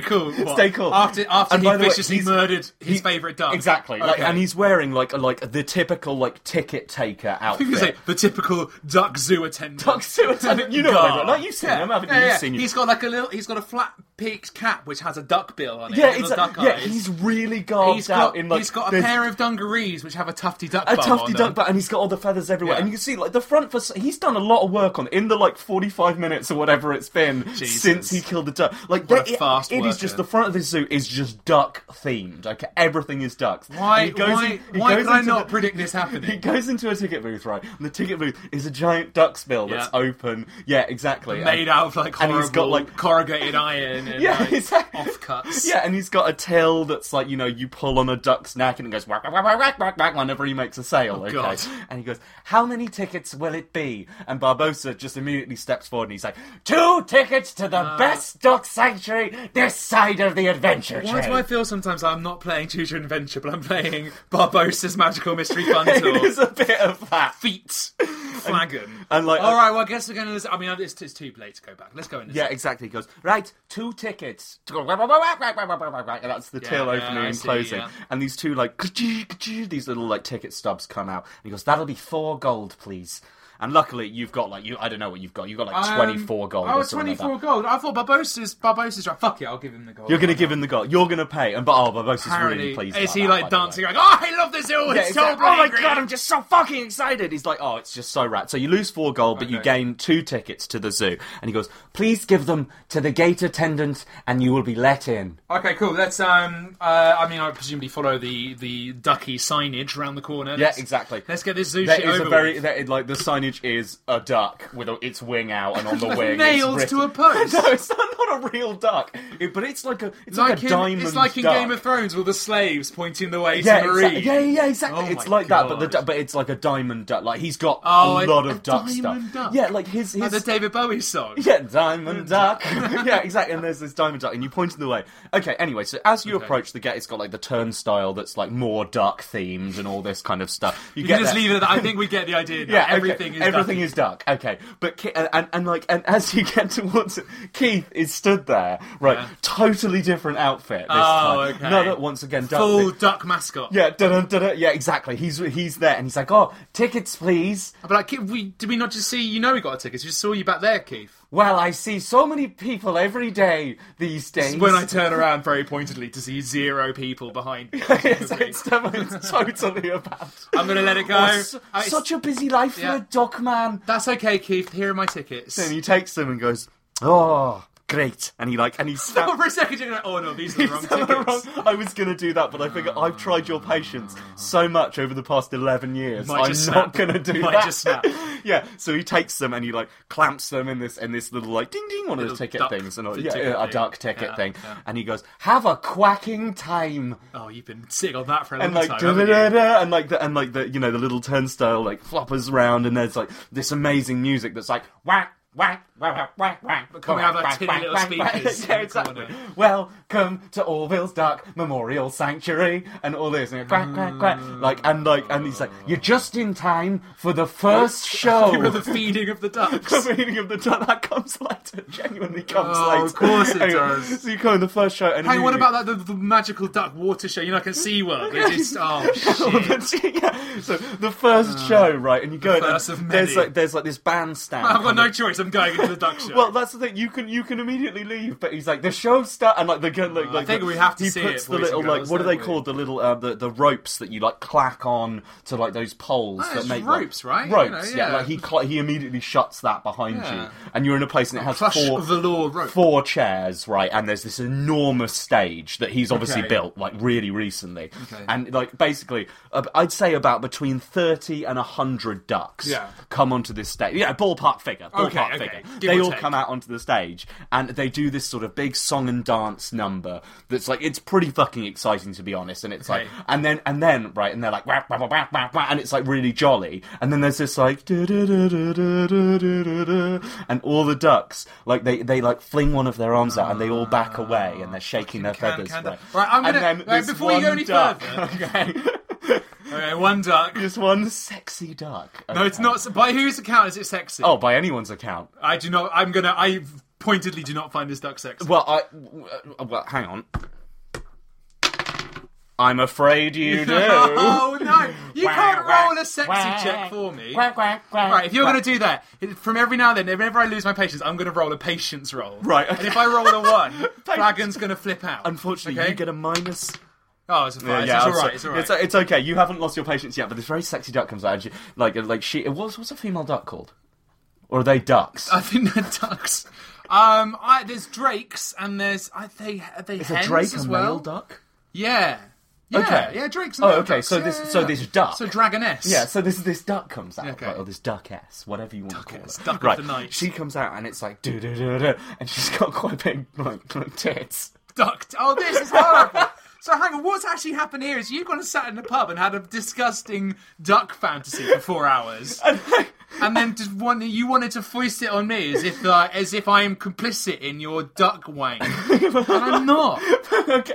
<laughs> cool. What? Stay cool. After after And he by the way, viciously he's- murdered his he- favourite duck. Exactly. <laughs> Like, Okay. and he's wearing like like the typical like ticket taker You outfit. could say the typical duck zoo attendant. Duck zoo attendant. You know what I mean. Like, you've seen him, haven't you? Yeah, You've yeah. seen him. He's got like a little. He's got a flat peaked cap which has a duck bill on it. Yeah, little it's duck yeah. eyes. He's really garbed He's out got, in like he's got a this- pair of dungarees which have a tufty duck. a bum tufty on duck, them. but and he's got all the feathers everywhere, Yeah. and you can see like the front for he's done a lot of work on in the like forty five minutes or whatever it's been Jesus. since he killed the duck. Like What that- a fast it, it is worker. just the front of this zoo is just duck themed. Okay, everything is ducks. Why? And he goes why? in- he why goes could I into not the- <laughs> predict this He happening? goes into a ticket booth, right? And the ticket booth is a giant duck's bill that's Yeah. open. Yeah, exactly. Made And- out of like and horrible he's got, like- corrugated iron and Yeah, like, exactly. offcuts. Yeah, and he's got a tail that's like, you know, you pull on a duck's neck and it goes whack, whack, whack, whack, whack, whack whenever he makes a sale, okay? Oh, God. And he goes, How many tickets will it be? And Barbosa just immediately steps forward and he's like, Two Two tickets to Uh, the best duck sanctuary this side of the adventure Why do I train. feel sometimes I'm not playing Choose Your Adventure, but I'm playing Barbosa's <laughs> Magical Mystery Fun <laughs> it is Tour? a bit of that. Feet flagon. And uh, like, All right, well, I guess we're going to. Listen. I mean, it's, it's too late to go back. Let's go in. This yeah, exactly. He goes right. Two tickets. <laughs> And that's the Yeah, till yeah, opening I and see, closing. yeah. And these two like these little like ticket stubs come out. And he goes, "That'll be four gold, please." And luckily, you've got like you. I don't know what you've got. You've got like twenty four gold. Oh, or something like that. 24 gold. I thought Barbosa's Barbosa's right. Fuck it, I'll give him the gold. You're gonna give him the gold. You're gonna pay. And but oh, Barbosa's Apparently, really pleased. is about he that, like by the way. dancing? Like, oh, I love this hill. Yeah, it's so exactly. oh my bloody god, I'm green." just so fucking excited. He's like, oh, it's just so rad. So you lose four gold, but you Okay. gain two tickets to the zoo. And he goes, please give them to the gate attendant, and you will be let in. Okay, cool. Let's. Um. Uh. I mean, I presumably follow the the ducky signage around the corner. Yeah, Let's- exactly. Let's get this zoo There shit is over a very with. that is, like the signage is a duck with a, its wing out, and on <laughs> the wing Nailed it's to a written- <laughs> <laughs> post. no, it's not, not a real duck, It- but it's like a it's like, Like a in, diamond. it's like in duck. Game of Thrones, all the slaves pointing the way Yeah, to exactly. Marie. yeah, yeah, exactly. Oh it's my like that, but the God. du- but it's like a diamond duck. Like he's got Oh, a a- lot a of duck diamond stuff. duck. Yeah, like his his Like the David Bowie song. Yeah, diamond duck. <laughs> yeah, exactly. And there's this diamond duck, and you point in the way. Okay. Anyway, so as you approach the gate, it's got like the turnstile that's like more duck themed and all this kind of stuff. You get can just there. leave it at that. I think we get the idea. Now. Yeah, okay. Uh, everything is everything ducky. is duck. Okay, but Ki- and, and and like and as you get towards it, Keith is stood there, right? Yeah. Totally different outfit this Oh, time. okay. Another once again duck. full thing. duck mascot. Yeah, da da Yeah, exactly. He's he's there, and he's like, "Oh, tickets, please." But like, Keith, we did we not just see? You know, we got a ticket. We just saw you back there, Keith. Well, I see so many people every day these days. <laughs> When I turn around very pointedly to see zero people behind me. it's, it's, it's totally about. I'm gonna let it <laughs> go. Oh, su- <laughs> I- such a busy life Yeah. for a doc man. That's okay, Keith. Here are my tickets. And he takes them and goes, "Oh, great!" And he like <laughs> and he snaps. <laughs> For a second, you're like, oh no, these <laughs> are the wrong Is that the tickets. wrong- I was going to do that, but I figured I've tried your patience so much over the past 11 years. Might I'm just not snap. going to do Might that. just snap. <laughs> yeah, so he takes them and he like clamps them in this in this little like ding ding one of those Little ticket duck things and all, t- yeah, ticket yeah, a thing. duck ticket Yeah, thing. yeah. And he goes, "Have a quacking time." Oh, you've been sitting on that for a long and like time. da, da, haven't da, you? da, and like the and like the you know the little turnstile like floppers round and there's like this amazing music that's like whack whack whack whack whack whack but can we have, like, tinny <laughs> little speakers yeah in the exactly corner? welcome to Orville's Duck Memorial Sanctuary and all this and quack quack quack like and like and he's like you're just in time for the first <laughs> show You were the feeding of <laughs> the ducks. the meaning of the <laughs> duck that comes later genuinely comes Oh, later of course it Anyway, does. so you come in the first show and Hey, what immediately- about that the, the magical duck water show? You know, like in <laughs> SeaWorld. They just oh shit. yeah. So the first show, right? And you go. Ah. first and of There's many. like there's like this bandstand. <laughs> I've got kind of- no choice. I'm going into the duck show. Well, that's the thing. You can you can immediately leave, but he's like the show start and like the gun like, like think the- we have to he see puts it, the boys and little like girls, what are they don't we? called? The little uh, the the ropes that you like clack on to like those poles Ah, that it's make ropes, like, right? You Ropes, know, yeah. yeah. Like he cl- he immediately shuts that behind Yeah. you, and you're in a place and it has plush four velour rope. four chairs, right? And there's this enormous stage that he's obviously Okay. built like really recently, and like basically, uh, I'd say about between thirty and hundred ducks Yeah. come onto this stage. Yeah, ballpark figure, ballpark Okay, okay. figure. Give they or all take. come out onto the stage and they do this sort of big song and dance number that's like it's pretty fucking exciting to be honest and it's Okay. like and then and then right and they're like wah, wah, wah, wah, wah, wah, and it's like really jolly and then there's this like "Du- du- du- du- du- du- du- du- du," and all the ducks like they they like fling one of their arms out and they all back away and they're shaking their Ah, Can- feathers can- right. Right, I'm And gonna- then right, this before you go one any duck- further. <laughs> okay okay, one duck. just one sexy duck No, it's okay. not. By whose account is it sexy? oh by anyone's account I do not. I'm gonna. I pointedly do not find this duck sexy. Well, I. uh, Well, hang on. I'm afraid <laughs> you do. Oh no! You Wah, can't wah, roll a sexy wah. check for me. Quack, quack, quack. Right, if you're going to do that, it- from every now and then, whenever I lose my patience, I'm going to roll a patience roll. Right, okay. And if I roll <laughs> a one, Flagon's going to flip out. Unfortunately, okay? you get a minus. Oh, it's, fine. Yeah, it's, I'm all right. sorry. It's all right. It's, it's okay. You haven't lost your patience yet, but this very sexy duck comes out. and she- Like, like she. What's, what's a female duck called? Or are they ducks? I think they're ducks. Um, I, there's drakes and there's I they are they Is a hens drake as a well. male duck? Yeah. Yeah. Okay. Yeah, drakes. And Oh, male okay. ducks. So Yeah, this, yeah, so yeah. this duck. So dragoness. Yeah, so this this duck comes out, Okay. right, or this duckess, whatever you want Duckess, to call it. duck of right. the night. She comes out and it's like do do do do, and she's got quite big like, <laughs> like tits. ducked. Oh, this is horrible. <laughs> so hang on, what's actually happened <laughs> here is you've gone and sat in a pub and had a disgusting duck fantasy for four hours. and then just want, you wanted to foist it on me as if like, as if I am complicit in your duck <laughs> wank, and I'm not.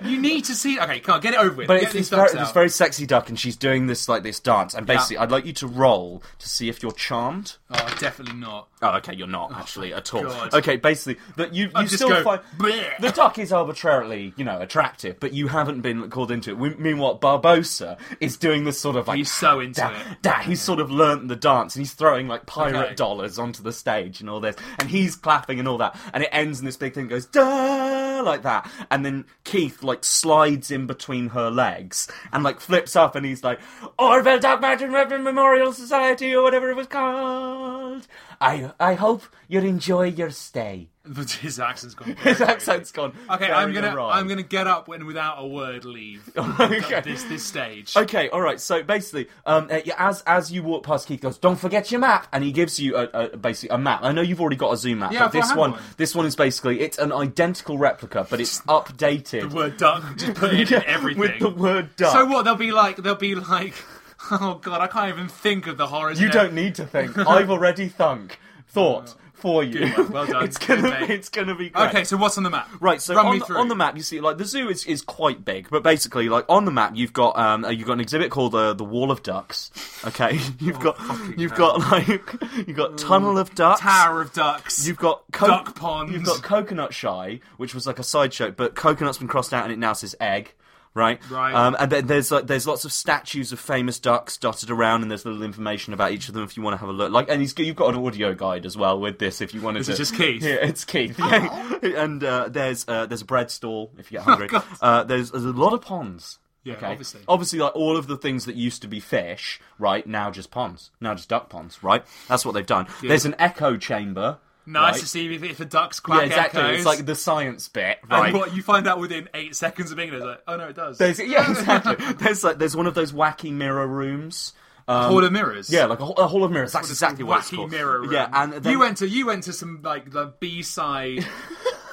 You need to see. Okay, come on, get it over with. But Get it's this these ducks very, out. this very sexy duck, and she's doing this like this dance. And basically, I'd like you to roll to see if you're charmed. Oh, definitely not. <laughs> Oh, okay, you're not actually at all. God. Okay, basically, that you you just still go, find "Bleh." the duck is arbitrarily you know attractive, but you haven't been called into it. We- Meanwhile, Barbosa is doing this sort of like He's so into da, it. da- he's sort of learnt the dance, and he's throwing like pirate Okay. dollars onto the stage and all this, and he's clapping and all that, and it ends in this big thing that goes da like that, and then Keith like slides in between her legs and like flips up, and he's like "Oh, Orville Duck Mountain River Memorial Society or whatever it was called. I I hope you enjoy your stay. <laughs> His accent's gone. His accent's gone. Okay, very I'm gonna awry. I'm gonna get up and without a word leave <laughs> Okay. this this stage. Okay, all right. So basically, um, uh, yeah, as as you walk past, Keith goes, "Don't forget your map," and he gives you a, a basically a map. I know you've already got a zoom map, Yeah, I but thought I this had one, one. this one is basically it's an identical replica, but it's updated. The word duck, just <laughs> put it in everything. with the word duck. So what? They'll be like they'll be like, <laughs> oh god, I can't even think of the horrors. You in it." don't need to <laughs> think. I've already thunk thought for you. Oh. Good work, well <laughs> done. it's gonna Good mate. it's gonna be great. Okay, so what's on the map? Right, so Run on me the, through. on the map you see like the zoo is, is quite big, but basically like on the map you've got um uh, you've got an exhibit called the the Wall of Ducks. Okay, <laughs> Oh, you've got you've got like <laughs> you've got Tunnel of Ducks, Tower of Ducks. you've got co- Duck Pond. you've got Coconut Shy, which was like a sideshow, but coconut's been crossed out and it now says egg. Right, Right. um, and then there's like there's lots of statues of famous ducks dotted around, and there's little information about each of them if you want to have a look. Like, and he's, you've got an audio guide as well with this if you wanted Is to. it just Keith? <laughs> Yeah, it's Keith. Yeah. <laughs> and uh, there's uh, there's a bread stall if you get <laughs> hungry. Oh, God. uh, there's there's a lot of ponds. Yeah, okay? obviously. Obviously, like all of the things that used to be fish, right? Now just ponds. Now just duck ponds, right? That's what they've done. There's an echo chamber. nice right? to see if, if the ducks quack Yeah, exactly. echoes. It's like the science bit, right? and what you find out within eight seconds of being there, it's like, oh no, it <laughs> does. There's, yeah, exactly. there's like there's one of those wacky mirror rooms. Hall of mirrors. um, Yeah, like a, ho- a hall of mirrors. That's exactly what it's wacky called. mirror room. Yeah, and then, you went to you went to some like the <laughs> B side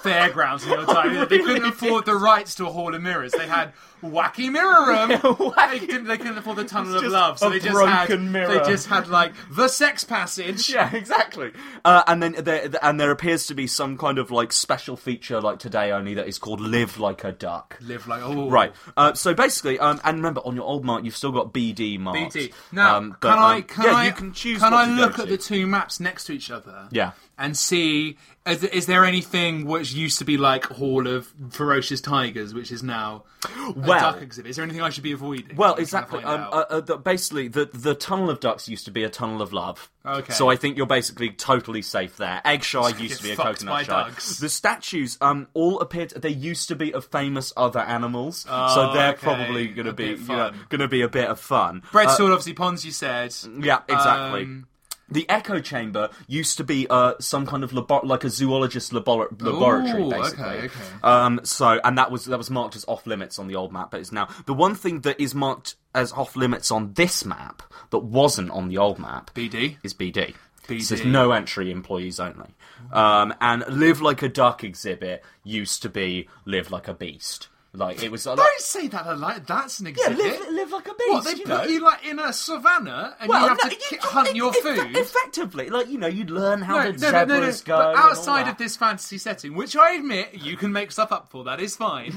fairgrounds in your time. They couldn't afford the rights to a hall of mirrors. They had wacky mirror room. <laughs> wacky- They, couldn't, they couldn't afford the tunnel It's of just love, so a they just had broken mirror. they just had like the sex <laughs> passage. Yeah, exactly. Uh, and then there, and there appears to be some kind of like special feature, like today only, that is called "Live Like a Duck." Live like oh Right. Uh, so basically, um, and remember, on your old mark, you've still got BD marked. BT. Now Um, but, can I um, can yeah, I you can choose. can what I to go look at to. the two maps next to each other? Yeah. and see is, is there anything which used to be like Hall of Ferocious Tigers, which is now a Well- duck exhibit? Is there anything I should be avoiding? Well, I'm trying to exactly. find Um, uh, out. uh, the, basically, the the tunnel of ducks used to be a tunnel of love. Okay. So I think you're basically totally safe there. Egg <laughs> shy used get to be a fucked by coconut shy. ducks. The statues um all appeared they used to be of famous other animals, so they're Oh, okay. probably going to A be bit you know, fun. going to be a bit of fun. Uh, Breadstall, obviously, Pons, you said. Yeah, exactly. Um, the echo chamber used to be uh, some kind of labo- like a zoologist labor- laboratory, Ooh, basically. okay, okay. Um, so, and that was that was marked as off limits on the old map, but it's now the one thing that is marked as off limits on this map that wasn't on the old map BD. is BD. BD. It says no entry, employees only. Um, and live like a duck exhibit used to be live like a beast. Like it was. Like, Don't say that like that's an yeah, exhibit. live, live like a beast. what they you put know? you like in a savannah and you have no, to ki- hunt your eff- food. Effectively, like you know, you'd learn how no, the no, no, zebras no, no. go. But and all outside that. of this fantasy setting, which I admit you can make stuff up for, that is <laughs> fine.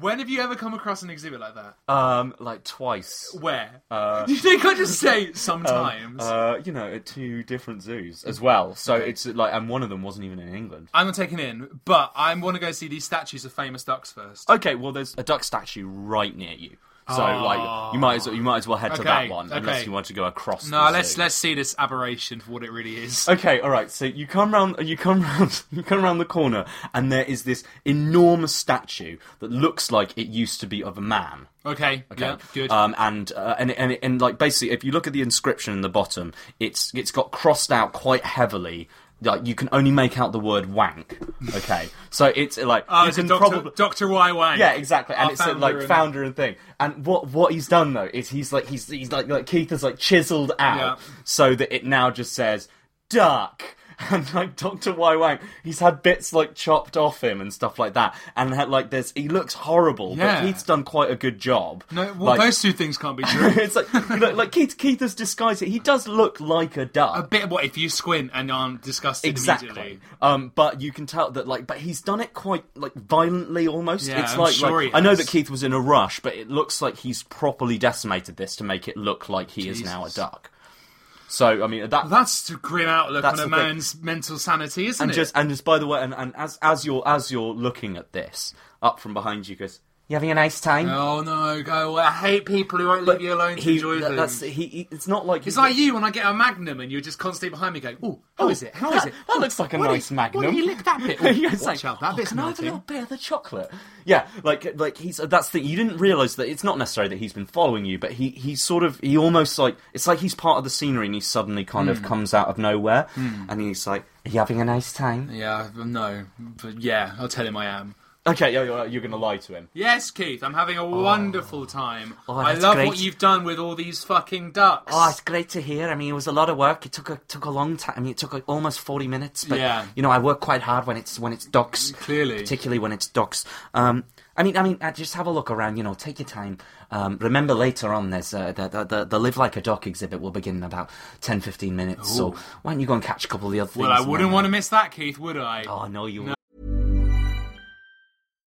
when have you ever come across an exhibit like that? um, like twice. Where? <laughs> you think I <laughs> just say sometimes? Uh, you know, at two different zoos as well. So it's like, and one of them wasn't even in England. I'm not taking in, but I want to go see these statues of famous ducks first. Okay, well, there's a duck statue right near you. So like, you might as well, you might as well head to that Okay, one okay. unless you want to go across. No, the let's zoo. let's see this aberration for what it really is. Okay, all right. So you come round, you come <laughs> round, you come round the corner, and there is this enormous statue that looks like it used to be of a man. Okay, yeah, good. Oh, Um, and, uh, and and and like basically, if you look at the inscription in the bottom, it's it's got crossed out quite heavily. Like you can only make out the word "wank." Okay, so it's uh, like Oh, you it's a can Doctor, probably Doctor Y Wang. yeah, exactly. And Our it's uh, like and- founder and thing. And what what he's done though is he's like he's he's like like Keith has like chiseled out Yeah. so that it now just says duck. <laughs> and like Doctor Y Wang, he's had bits like chopped off him and stuff like that, and had, like there's he looks horrible, Yeah. but he's done quite a good job. No, well, Like- those two things can't be true. <laughs> it's like you know, like Keith Keith has disguised it. He does look like a duck. a bit of what if you squint and aren't disgusted Exactly. immediately. Um, but you can tell that, like, but he's done it quite like violently, almost. Yeah, it's I'm like, sure like- he I know has. that Keith was in a rush, but it looks like he's properly decimated this to make it look like he is now a Jesus. duck. So I mean that. That's a grim outlook That's on a the thing. man's mental sanity, isn't and it? just and just by the way, and, and as as you're as you're looking at this, up from behind you goes, "You having a nice time?" oh no, go away! I hate people who won't leave you alone to he, enjoy that- things. that's he, he- It's not like It's like you when I get a Magnum and you're just constantly behind me going, "Ooh, Oh, how is it? How is that, it? That looks like a Why do nice you- magnum. Why do you lick that <laughs> bit? Yeah, it's Watch like, out, that "Oh, bit's can I have a melting." little bit of the chocolate. Yeah, like like he's that's the you didn't realise that it's not necessarily that he's been following you, but he he sort of he almost like it's like he's part of the scenery and he suddenly kind of comes out of nowhere and he's like, "Are you having a nice time?" Yeah, no, but yeah, I'll tell him I am. Okay, you're, you're- you're gonna lie to him. Yes, Keith, I'm having a wonderful time. Oh, I that's love great. what you've done with all these fucking ducks. Oh, it's great to hear. I mean, it was a lot of work. It took a took a long time. I mean, it took like almost forty minutes. But Yeah. you know, I work quite hard when it's when it's docs, Clearly. particularly when it's docs. Um, I mean, I mean, uh, just have a look around. You know, take your time. Um, remember later on, there's uh, the, the the the live like a doc exhibit will begin in about 10, 15 minutes. So why don't you go and catch a couple of the other things? well, I wouldn't want to miss that, Keith, would I? Oh no, you. No.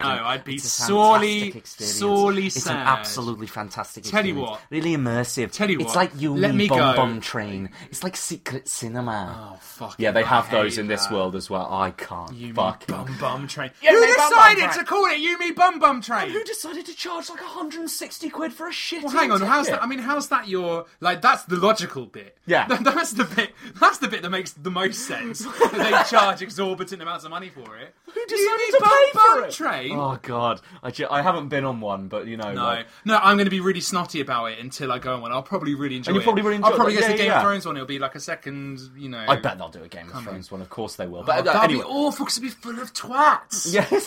No, I'd be It's a sorely, fantastic experience. sorely it's sad. an absolutely fantastic Tell you experience. what. Really immersive. Tell you it's what. like you Let me me go. Bon Bon Train. It's like secret cinema. Oh fuck! yeah, they I have those hate in this that. world as well. I can't You fuck. me bum bum train. You Who me bum bum decided train. to call it you me bum bum train? Who decided to charge like 160 quid for a shit? Well, hang on. How's that? I mean, how's that your like? That's the logical bit. Yeah. That- <laughs> that's the bit. That's the bit that makes the <laughs> most sense. that they charge exorbitant amounts of money for it. Who decided to pay for it? Train. Oh god, I, ju- I haven't been on one, but you know. No, like- no, I'm going to be really snotty about it until I go on one. I'll probably really enjoy And you it. probably really enjoy I'll it, probably like, get yeah, the Game yeah, yeah. of Thrones one. It'll be like a second, you know. I bet they'll do a Game of Come Thrones on. one. Of course they will. Oh, But uh, that'd anyway, be awful because it'd be full of twats. <sighs> Yes.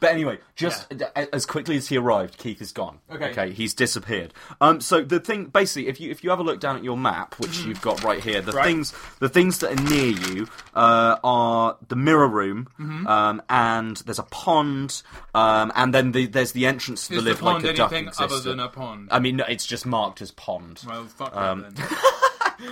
but anyway, just a- as quickly as he arrived, Keith is gone. Okay. Okay, he's disappeared. Um, so the thing, basically, if you if you have a look down at your map, which you've got right here, the Right. things the things that are near you uh, are the mirror room, Mm-hmm. um, and there's a pond, um, and then the, there's the entrance to Is the the live pond like a duck anything existed. other than a pond? I mean, no, it's just marked as pond. Well, fuck Um, that then. <laughs>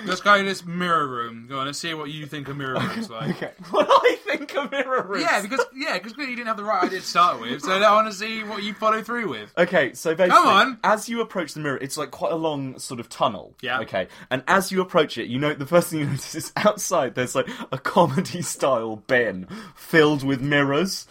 Let's go in this mirror room. Go on, let's see what you think a mirror room's like. <laughs> what do I think of mirror room? Yeah, because yeah, because clearly you didn't have the right idea to start with. So I want to see what you follow <laughs> through with. Okay, so basically, on. as you approach the mirror, it's like quite a long sort of tunnel. Yeah. Okay, and as you approach it, you know the first thing you <laughs> notice is outside there's like a comedy style bin filled with mirrors,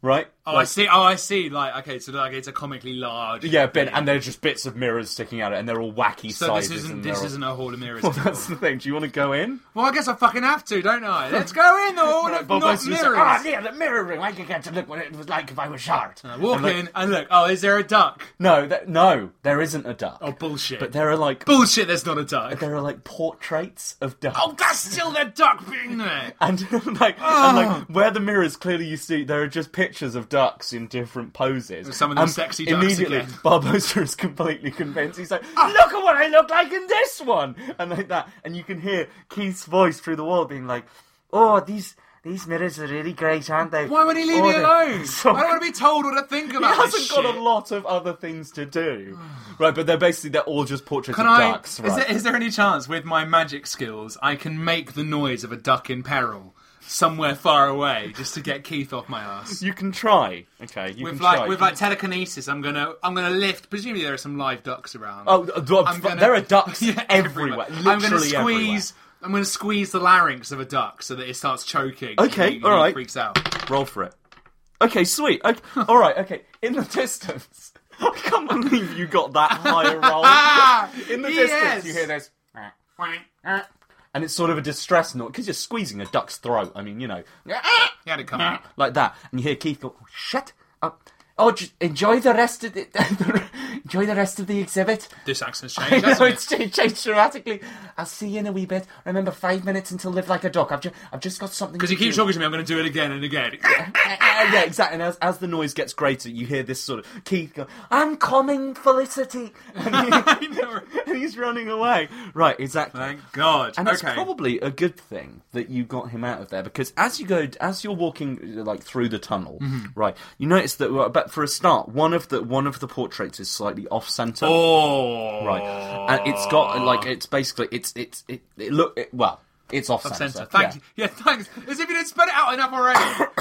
right? Oh, I see. Oh, I see. Like, okay, so like it's a comically large. Yeah, bin, and they're just bits of mirrors sticking out, and they're all wacky So this sizes. isn't and this they're isn't a hall of mirrors. All... at all. <laughs> Well, that's the thing. Do you want to go in? Well, I guess I fucking have to, don't I? Let's go in the hall of Bob not Webster's like, mirrors. Ah, yeah, the mirror room. I could get to look what it was like if I was short. Walk in and look. Oh, is there a duck? No, th- no, there isn't a duck. Oh, bullshit. But there are like Bullshit. There's not a duck. there are like portraits of ducks. Oh, that's still the duck being there. And <laughs> like, and Ah. like where the mirrors clearly you see there are just pictures of ducks in different poses. Some of them And sexy ducks Immediately, again. <laughs> Ah. Barbosa is completely convinced. He's like, "Look at what I look like in this one," and like that. And you can hear Keith's voice through the wall being like, "Oh, these These mirrors are really great, aren't they? Why would he leave Or Oh, <laughs> me the- alone? So- I don't want to be told what to think He about. hasn't this got shit. a lot of other things to do. right, but they're basically they're all just portraits Can of I? ducks, is, right? there, is there any chance with my magic skills I can make the noise of a duck in peril somewhere far away just to get Keith off my ass? You can try. Okay, you With can like try. with like telekinesis, I'm gonna I'm gonna lift. Presumably there are some live ducks around. Oh, uh, duck- I'm gonna- there are ducks <laughs> Yeah, everywhere. I'm gonna Literally squeeze. I'm gonna squeeze the larynx of a duck so that it starts choking. Okay, and he- all he right. Freaks out. <laughs> roll for it. Okay, sweet. Okay, all right. Okay, in the distance. <laughs> I can't believe you got that high <laughs> Ah! a roll. In the Yes. distance, you hear this, and it's sort of a distress note because you're squeezing a duck's throat. I mean, you know, He had it coming. like that, and you hear Keith go, "Shut up." Oh, j- enjoy the rest of the <laughs> enjoy the rest of the <laughs> exhibit. This accent's <laughs> I changed. know hasn't it? it's cha- changed dramatically. I'll see you in a wee bit. Remember, five minutes until live like a duck. I've, ju- I've just got something. Because he to keeps do. talking to me, I'm going to do it again <laughs> and again. Uh, uh, yeah, exactly. And as, as the noise gets greater, you hear this sort of Keith go, "I'm coming, Felicity," <laughs> and, <laughs> he- and he's running away. Right, exactly. Thank God. And it's okay. probably a good thing that you got him out of there because as you go, as you're walking like through the tunnel, Mm-hmm. right, you notice that. Well, but for a start, one of the one of the portraits is slightly off center. oh. Right, and it's got like it's basically it's it's it, it look it, well it's off Center. center. Thank you. Yeah, thanks. As if you didn't spell it out enough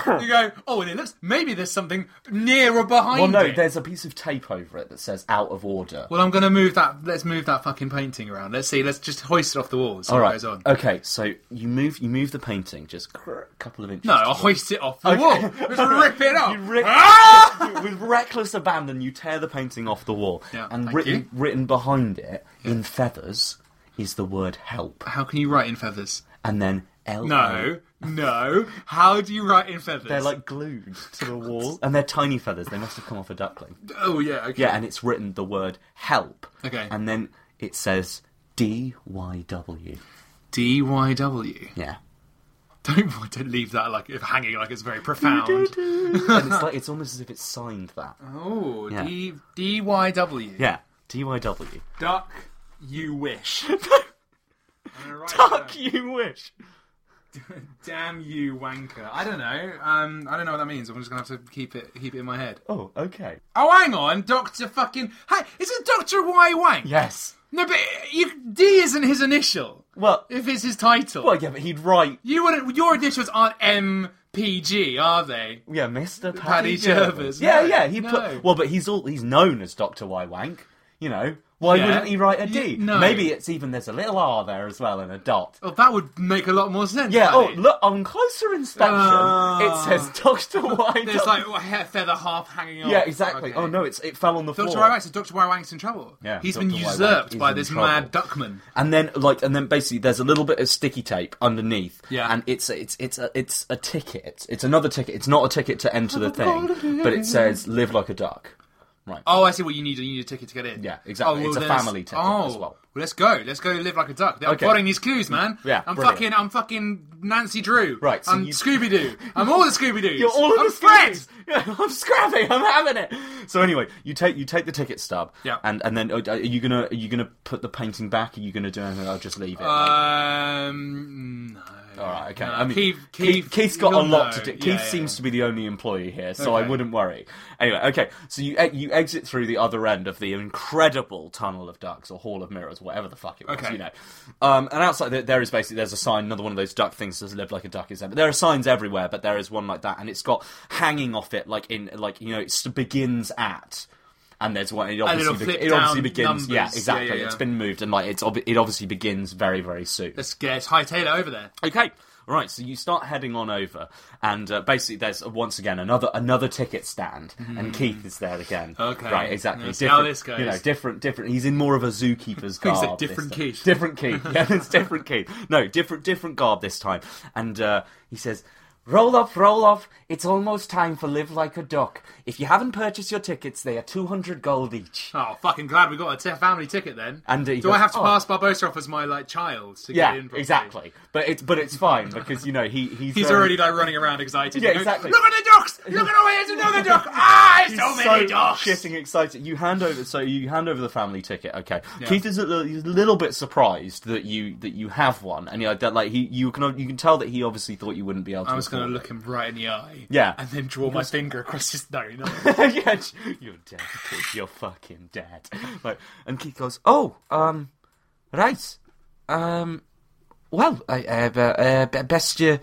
<coughs> already. you go, oh, and it looks, maybe there's something near or behind Well, no, it. there's a piece of tape over it that says "out of order." Well, I'm going to move that. Let's move that fucking painting around. Let's see. Let's just hoist it off the wall. and See All what right. Uh, goes on. Okay, so you move you move the painting just a couple of inches. No, I'll towards- hoist it off the Okay. wall. <laughs> Just rip it up. You rip- Oh. Ah! You- with reckless abandon, you tear the painting off the wall, Yeah, and thank written you. written behind it in feathers is the word "help," How can you write in feathers? and then L. No, no. How do you write in feathers? Oh, They're like glued to the wall, and they're tiny feathers. They must have come off a duckling. oh yeah, okay. Yeah, and it's written the word "help." Okay. and then it says D Y W. D Y W. <laughs> Yeah. Don't <laughs> don't leave that like hanging like it's very profound. and it's like it's almost as if it's signed that. Oh, Yeah. D D Y W. Yeah, D Y W. Duck, <laughs> you wish. Fuck you wish. Damn you, wanker. I don't know. Um, I don't know what that means. I'm just gonna have to keep it keep it in my head. Oh, okay. Oh, hang on, Doctor fucking. Hey, is it Doctor Y Wang? Yes. No, but uh, you, D isn't his initial. Well, If it's his title, well, yeah, but he'd write, you wouldn't. Your initials aren't M P G, are they? yeah, Mr. Paddy, Paddy Jervis. Jervis, Yeah, no, yeah. He no. put well, but he's all he's known as Doctor Y Wank. You know, why Yeah. wouldn't he write a D? Y- no. Maybe it's even there's a little R there as well and a dot. Well, that would make a lot more sense. Yeah. Oh, Paddy. look on closer inspection, Ah. it says Doctor <laughs> Y. There's like a hair- feather half hanging off. yeah, exactly. Okay. Oh no, it's it fell on the Doctor floor. Wang, so Doctor Wang's in trouble. Yeah, he's Dr. been Wang usurped is by in this trouble. mad duckman. and then like and then basically there's a little bit of sticky tape underneath Yeah. and it's a- it's it's a, it's a ticket it's another ticket it's not a ticket to enter the thing but it says live like a duck Oh, I see. What you need, you need a ticket to get in. Yeah, exactly. It's a there's- family ticket oh, as well. Let's go. Let's go live like a duck. I'm Okay. Mm, following these clues, man. Yeah, I'm brilliant. fucking. I'm fucking Nancy Drew. Right, so I'm you- <laughs> Scooby Doo. I'm all the Scooby Doos. You're all of I'm the Fred! Scoobies. Yeah, <laughs> I'm scrappy. I'm having it. So anyway, you take you take the ticket stub. Yeah. And and then uh, are you gonna are you gonna put the painting back? Are you gonna do anything? I'll just leave it. Like, Um. No. all right. Okay. no, I mean, Keith. Keith, Keith. Keith's got a you'll lot know. to do. Yeah, Keith yeah, seems yeah. to be the only employee here, so I Okay. wouldn't worry. Anyway, okay. So you e- you exit through the other end of the incredible tunnel of ducks or hall of mirrors, whatever the fuck it was. Okay. You know. Um, and outside there, there is basically there's a sign, another one of those duck things that says "Live like a duck" is there. But there are signs everywhere, but there is one like that, and it's got hanging off it like in like you know it s- begins at. And there's one. It obviously, it'll be- flip it obviously down begins. Yeah, numbers. Yeah, exactly. yeah, It's yeah. been moved, and like it's ob- it obviously begins very very soon. Let's get let's hightail it over there. Okay. All right, so you start heading on over, and uh, basically there's uh, once again another another ticket stand, and Keith is there again. Hmm. Okay. right, exactly. Let's see how this goes. You know, different, different. He's in more of a <laughs> zookeeper's garb. a this different time. Keith. Different <laughs> Keith. Yeah, it's different Keith. No, different, different garb this time. And uh, he says, "Roll up, roll up. It's almost time for live like a duck. If you haven't purchased your tickets, they are two hundred gold <laughs> each." Oh, fucking glad we got a t- family ticket then. And he do goes, I have to "Oh." pass Barbosa off as my like child to Yeah, get in? properly? exactly. But it's but it's fine because you know he he's, He's very- already like running around excited. Um, Yeah, He goes, exactly. Look at the ducks! Look at over here's another duck! Ah, there's so He's many so ducks! Shitting excited. You hand over, so you hand over the family ticket. Okay, Yeah. Keith is a little, he's a little bit surprised that you that you have one, and you know, that like he you can you can tell that he obviously thought you wouldn't be able to. I was gonna look him right in the eye. Yeah. and then draw my finger across his. <laughs> No, <laughs> no. yeah, you're dead. Kid. You're fucking dead. Like, and Keith goes, "Oh, um, right, um, well, I, uh, uh, uh, be- best you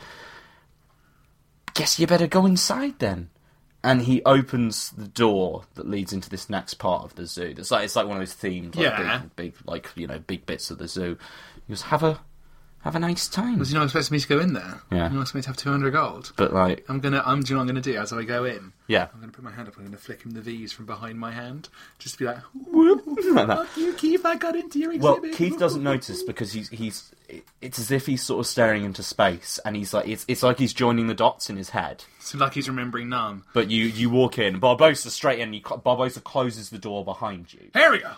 guess you better go inside then." And he opens the door that leads into this next part of the zoo. That's like it's like one of those themed, like, Yeah. big, big, like you know, big bits of the zoo. He goes, "Have a, have a nice time." Was you not expecting me to go in there? Yeah. You not expecting me to have two hundred gold. But like, I'm gonna. I'm. Do you know what I'm gonna do as I go in? <laughs> yeah, I'm gonna put my hand up. I'm gonna flick him the V's from behind my hand, just to be like, <laughs> like that. "Fuck you, Keith! I got into your e-" Well, exhibit." Keith doesn't notice because he's he's it's as if he's sort of staring into space, and he's like it's it's like he's joining the dots in his head. So like he's remembering none. But you you walk in, Barbosa straight in, you, cl- Barbosa closes the door behind you. Here we go.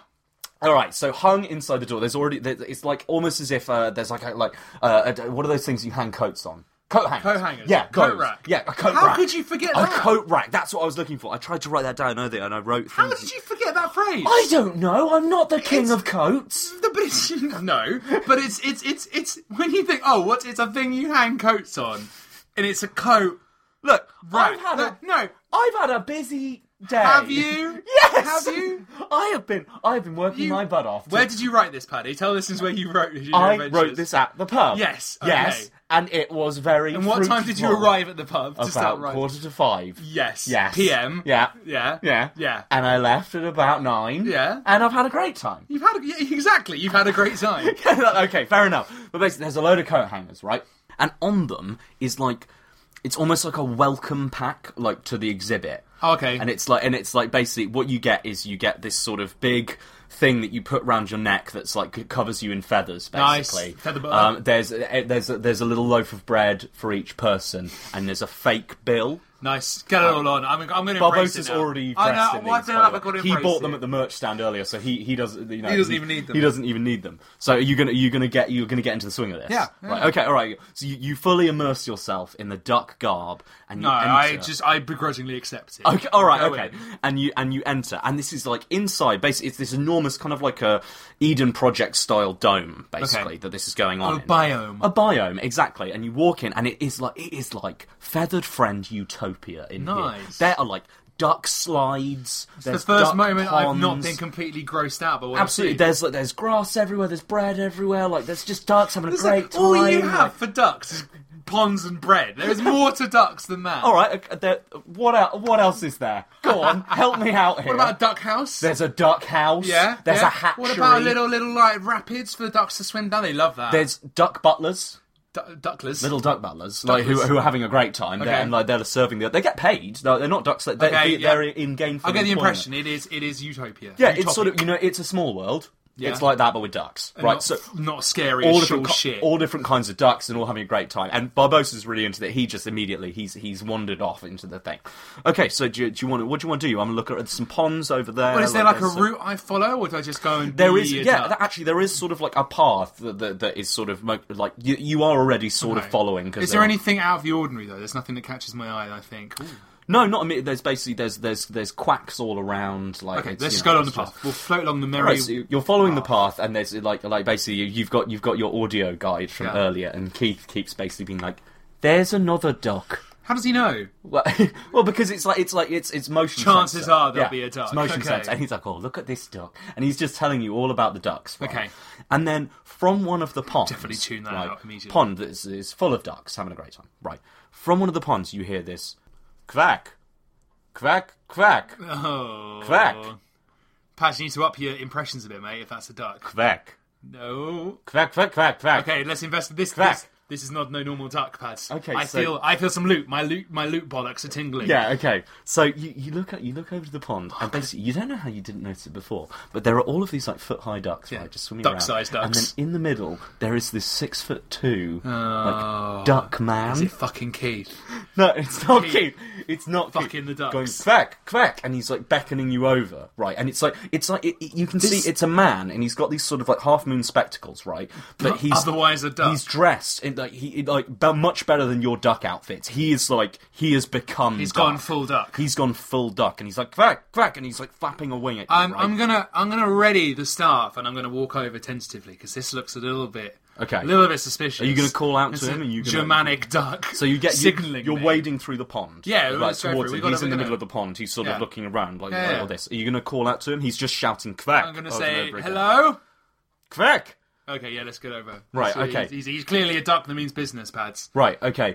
All right, so hung inside the door. There's already there- it's like almost as if uh, there's like a, like uh, a, what are those things you hang coats on? Coat hangers. Coat hangers. Yeah, Coat those. rack. Yeah, a coat How rack. could you forget a that? coat rack? That's what I was looking for. I tried to write that down earlier, and I wrote. How things- did you forget that phrase? I don't know. I'm not the king of coats. <laughs> The but it's, no, but it's it's it's it's when you think, oh, what? It's a thing you hang coats on, and it's a coat. Look, Right? I've had no, a no. I've had a busy day. Have you? Yes. Have you? I have been. I have been working You- my butt off. to- Where did you write this, Paddy? Tell listeners where you wrote. your I adventures. wrote this at the pub? Yes, Yes. okay. And it was very. And what time did you fruitful. arrive at the pub to start About writing? quarter to five. Yes. Yes. PM. Yeah. Yeah. Yeah. Yeah. And I left at about nine. Yeah. And I've had a great time. You've had a, yeah, exactly. You've had a great time. <laughs> okay, fair enough. But basically, there's a load of coat hangers, right? And on them is like, it's almost like a welcome pack, like to the exhibit. Oh, Okay. And it's like, and it's like basically what you get is you get this sort of big thing that you put round your neck that's like c- covers you in feathers, Nice. basically. Feather butter. um, there's eh, there's a, there's a little loaf of bread for each person, and there's a fake bill. nice. Get it all on. I'm, I'm going to. Barbosa's already dressed I know. in why these, don't by I the have got way. to He embrace bought them it? at the merch stand earlier, so he, he doesn't you know, He doesn't even need them. He doesn't even need them. So are you gonna you're gonna get you're gonna get into the swing of this. Yeah, yeah. Right. Okay. All right. So you, you fully immerse yourself in the duck garb, and No, you enter. I just I begrudgingly accept it. Okay, all right, Go okay, in. and you and you enter, and this is like inside. Basically, it's this enormous kind of like a Eden Project style dome, basically Okay. that this is going on. A in. biome. a biome, exactly. And you walk in, and it is like it is like feathered friend utopia in here. Nice. There are like duck slides. It's the first moment I've not been completely grossed out by what I've Absolutely, seen. there's like there's grass everywhere, there's bread everywhere, like there's just ducks having a It's great like, time. all you like- have for ducks is ponds and bread. There is more to ducks than that. all right, okay, there, what el- what else is there? Go <laughs> on, help me out here. What about a duck house? There's a duck house. yeah. There's yeah. a hatchery. What about a little little like rapids for the ducks to swim down? They love that. There's duck butlers, Du- ducklers. little duck butlers, like who, Ducklers. who are having a great time. They're, Okay. and like they're serving. The, they get paid. They're, they're not ducks. They're, they're- Okay, yeah. they're in game. For I get the employment. impression it is it is utopia. Yeah, it's sort of you know, it's a small world. Yeah. It's like that, but with ducks, And right? Not, so not scary. all All different, ki- shit. all different kinds of ducks, and all having a great time. And Barbosa's really into that. He just immediately he's he's wandered off into the thing. Okay, so do you, do you want to, what do you want to do? You want to look at some ponds over there? Well, is there like a there's some- route I follow, or do I just go and There be is, a yeah, duck? that- actually, there is sort of like a path that, that, that is sort of mo- like you, you are already sort Okay. of following. Cause Is there are- anything out of the ordinary though? There's nothing that catches my eye. I think. Ooh. No, not immediately. There's basically there's there's there's quacks all around. Like Okay, it's, let's you just know, go down the it's just- path. We'll float along the merry. Right, so you- you're following Ah. the path, and there's like like basically you- you've got you've got your audio guide from Yeah. earlier, and Keith keeps basically being like, "There's another duck." How does he know? Well, <laughs> well, because it's like it's like it's it's motion. Chances sensor. are there'll Yeah, be a duck. It's motion Okay. sensor, and he's like, "Oh, look at this duck," and he's just telling you all about the ducks. right? Okay. and then from one of the ponds, Definitely tune that right, out immediately. Pond that is, is full of ducks having a great time. Right, from one of the ponds, you hear this quack, quack, quack, Oh, quack, Patch, you need to up your impressions a bit, mate. If that's a duck, quack, no. quack, quack, quack, quack. Okay, let's invest in this. Quack. This, this is not no normal duck, Pads. Okay, I so- feel I feel some loot. My loot, my loot bollocks are tingling. Yeah, okay. So you, you look at you look over to the pond, and basically you don't know how you didn't notice it before, but there are all of these like foot high ducks, Yeah, right, just swimming around. duck-sized And ducks. then in the middle there is this six foot two like duck man. Oh. Is it fucking Keith? <laughs> no, it's not Keith? Keith. It's not Fucking Keith. the ducks. Going quack quack, and he's like beckoning you over, right? And it's like it's like it, it- you can This- see <laughs> it's a man, and he's got these sort of like half moon spectacles, right? But he's Otherwise a duck. He's dressed in like he like be- much better than your duck outfits. He is like he has become. He's He's gone full duck. He's gone full duck, and he's like crack crack, and he's like flapping a wing at you. I'm, right? I'm gonna I'm gonna ready the staff and I'm gonna walk over tentatively because this looks a little bit Okay. a little bit suspicious. Are you gonna call out to It's a him and you gonna- Germanic duck? So you get signaling. You, are me. wading through the pond. Yeah, like, let's go for towards it. We it. gotta- He's in the we middle gotta- of the pond. He's sort Yeah. of looking around, like, Yeah, like yeah. all this. Are you going to call out to him? He's just shouting "crack." I'm gonna over and say over again. hello. crack. Okay, yeah, let's get over. Right, So okay. He's, he's, he's clearly a duck that means business pads. Right. Okay.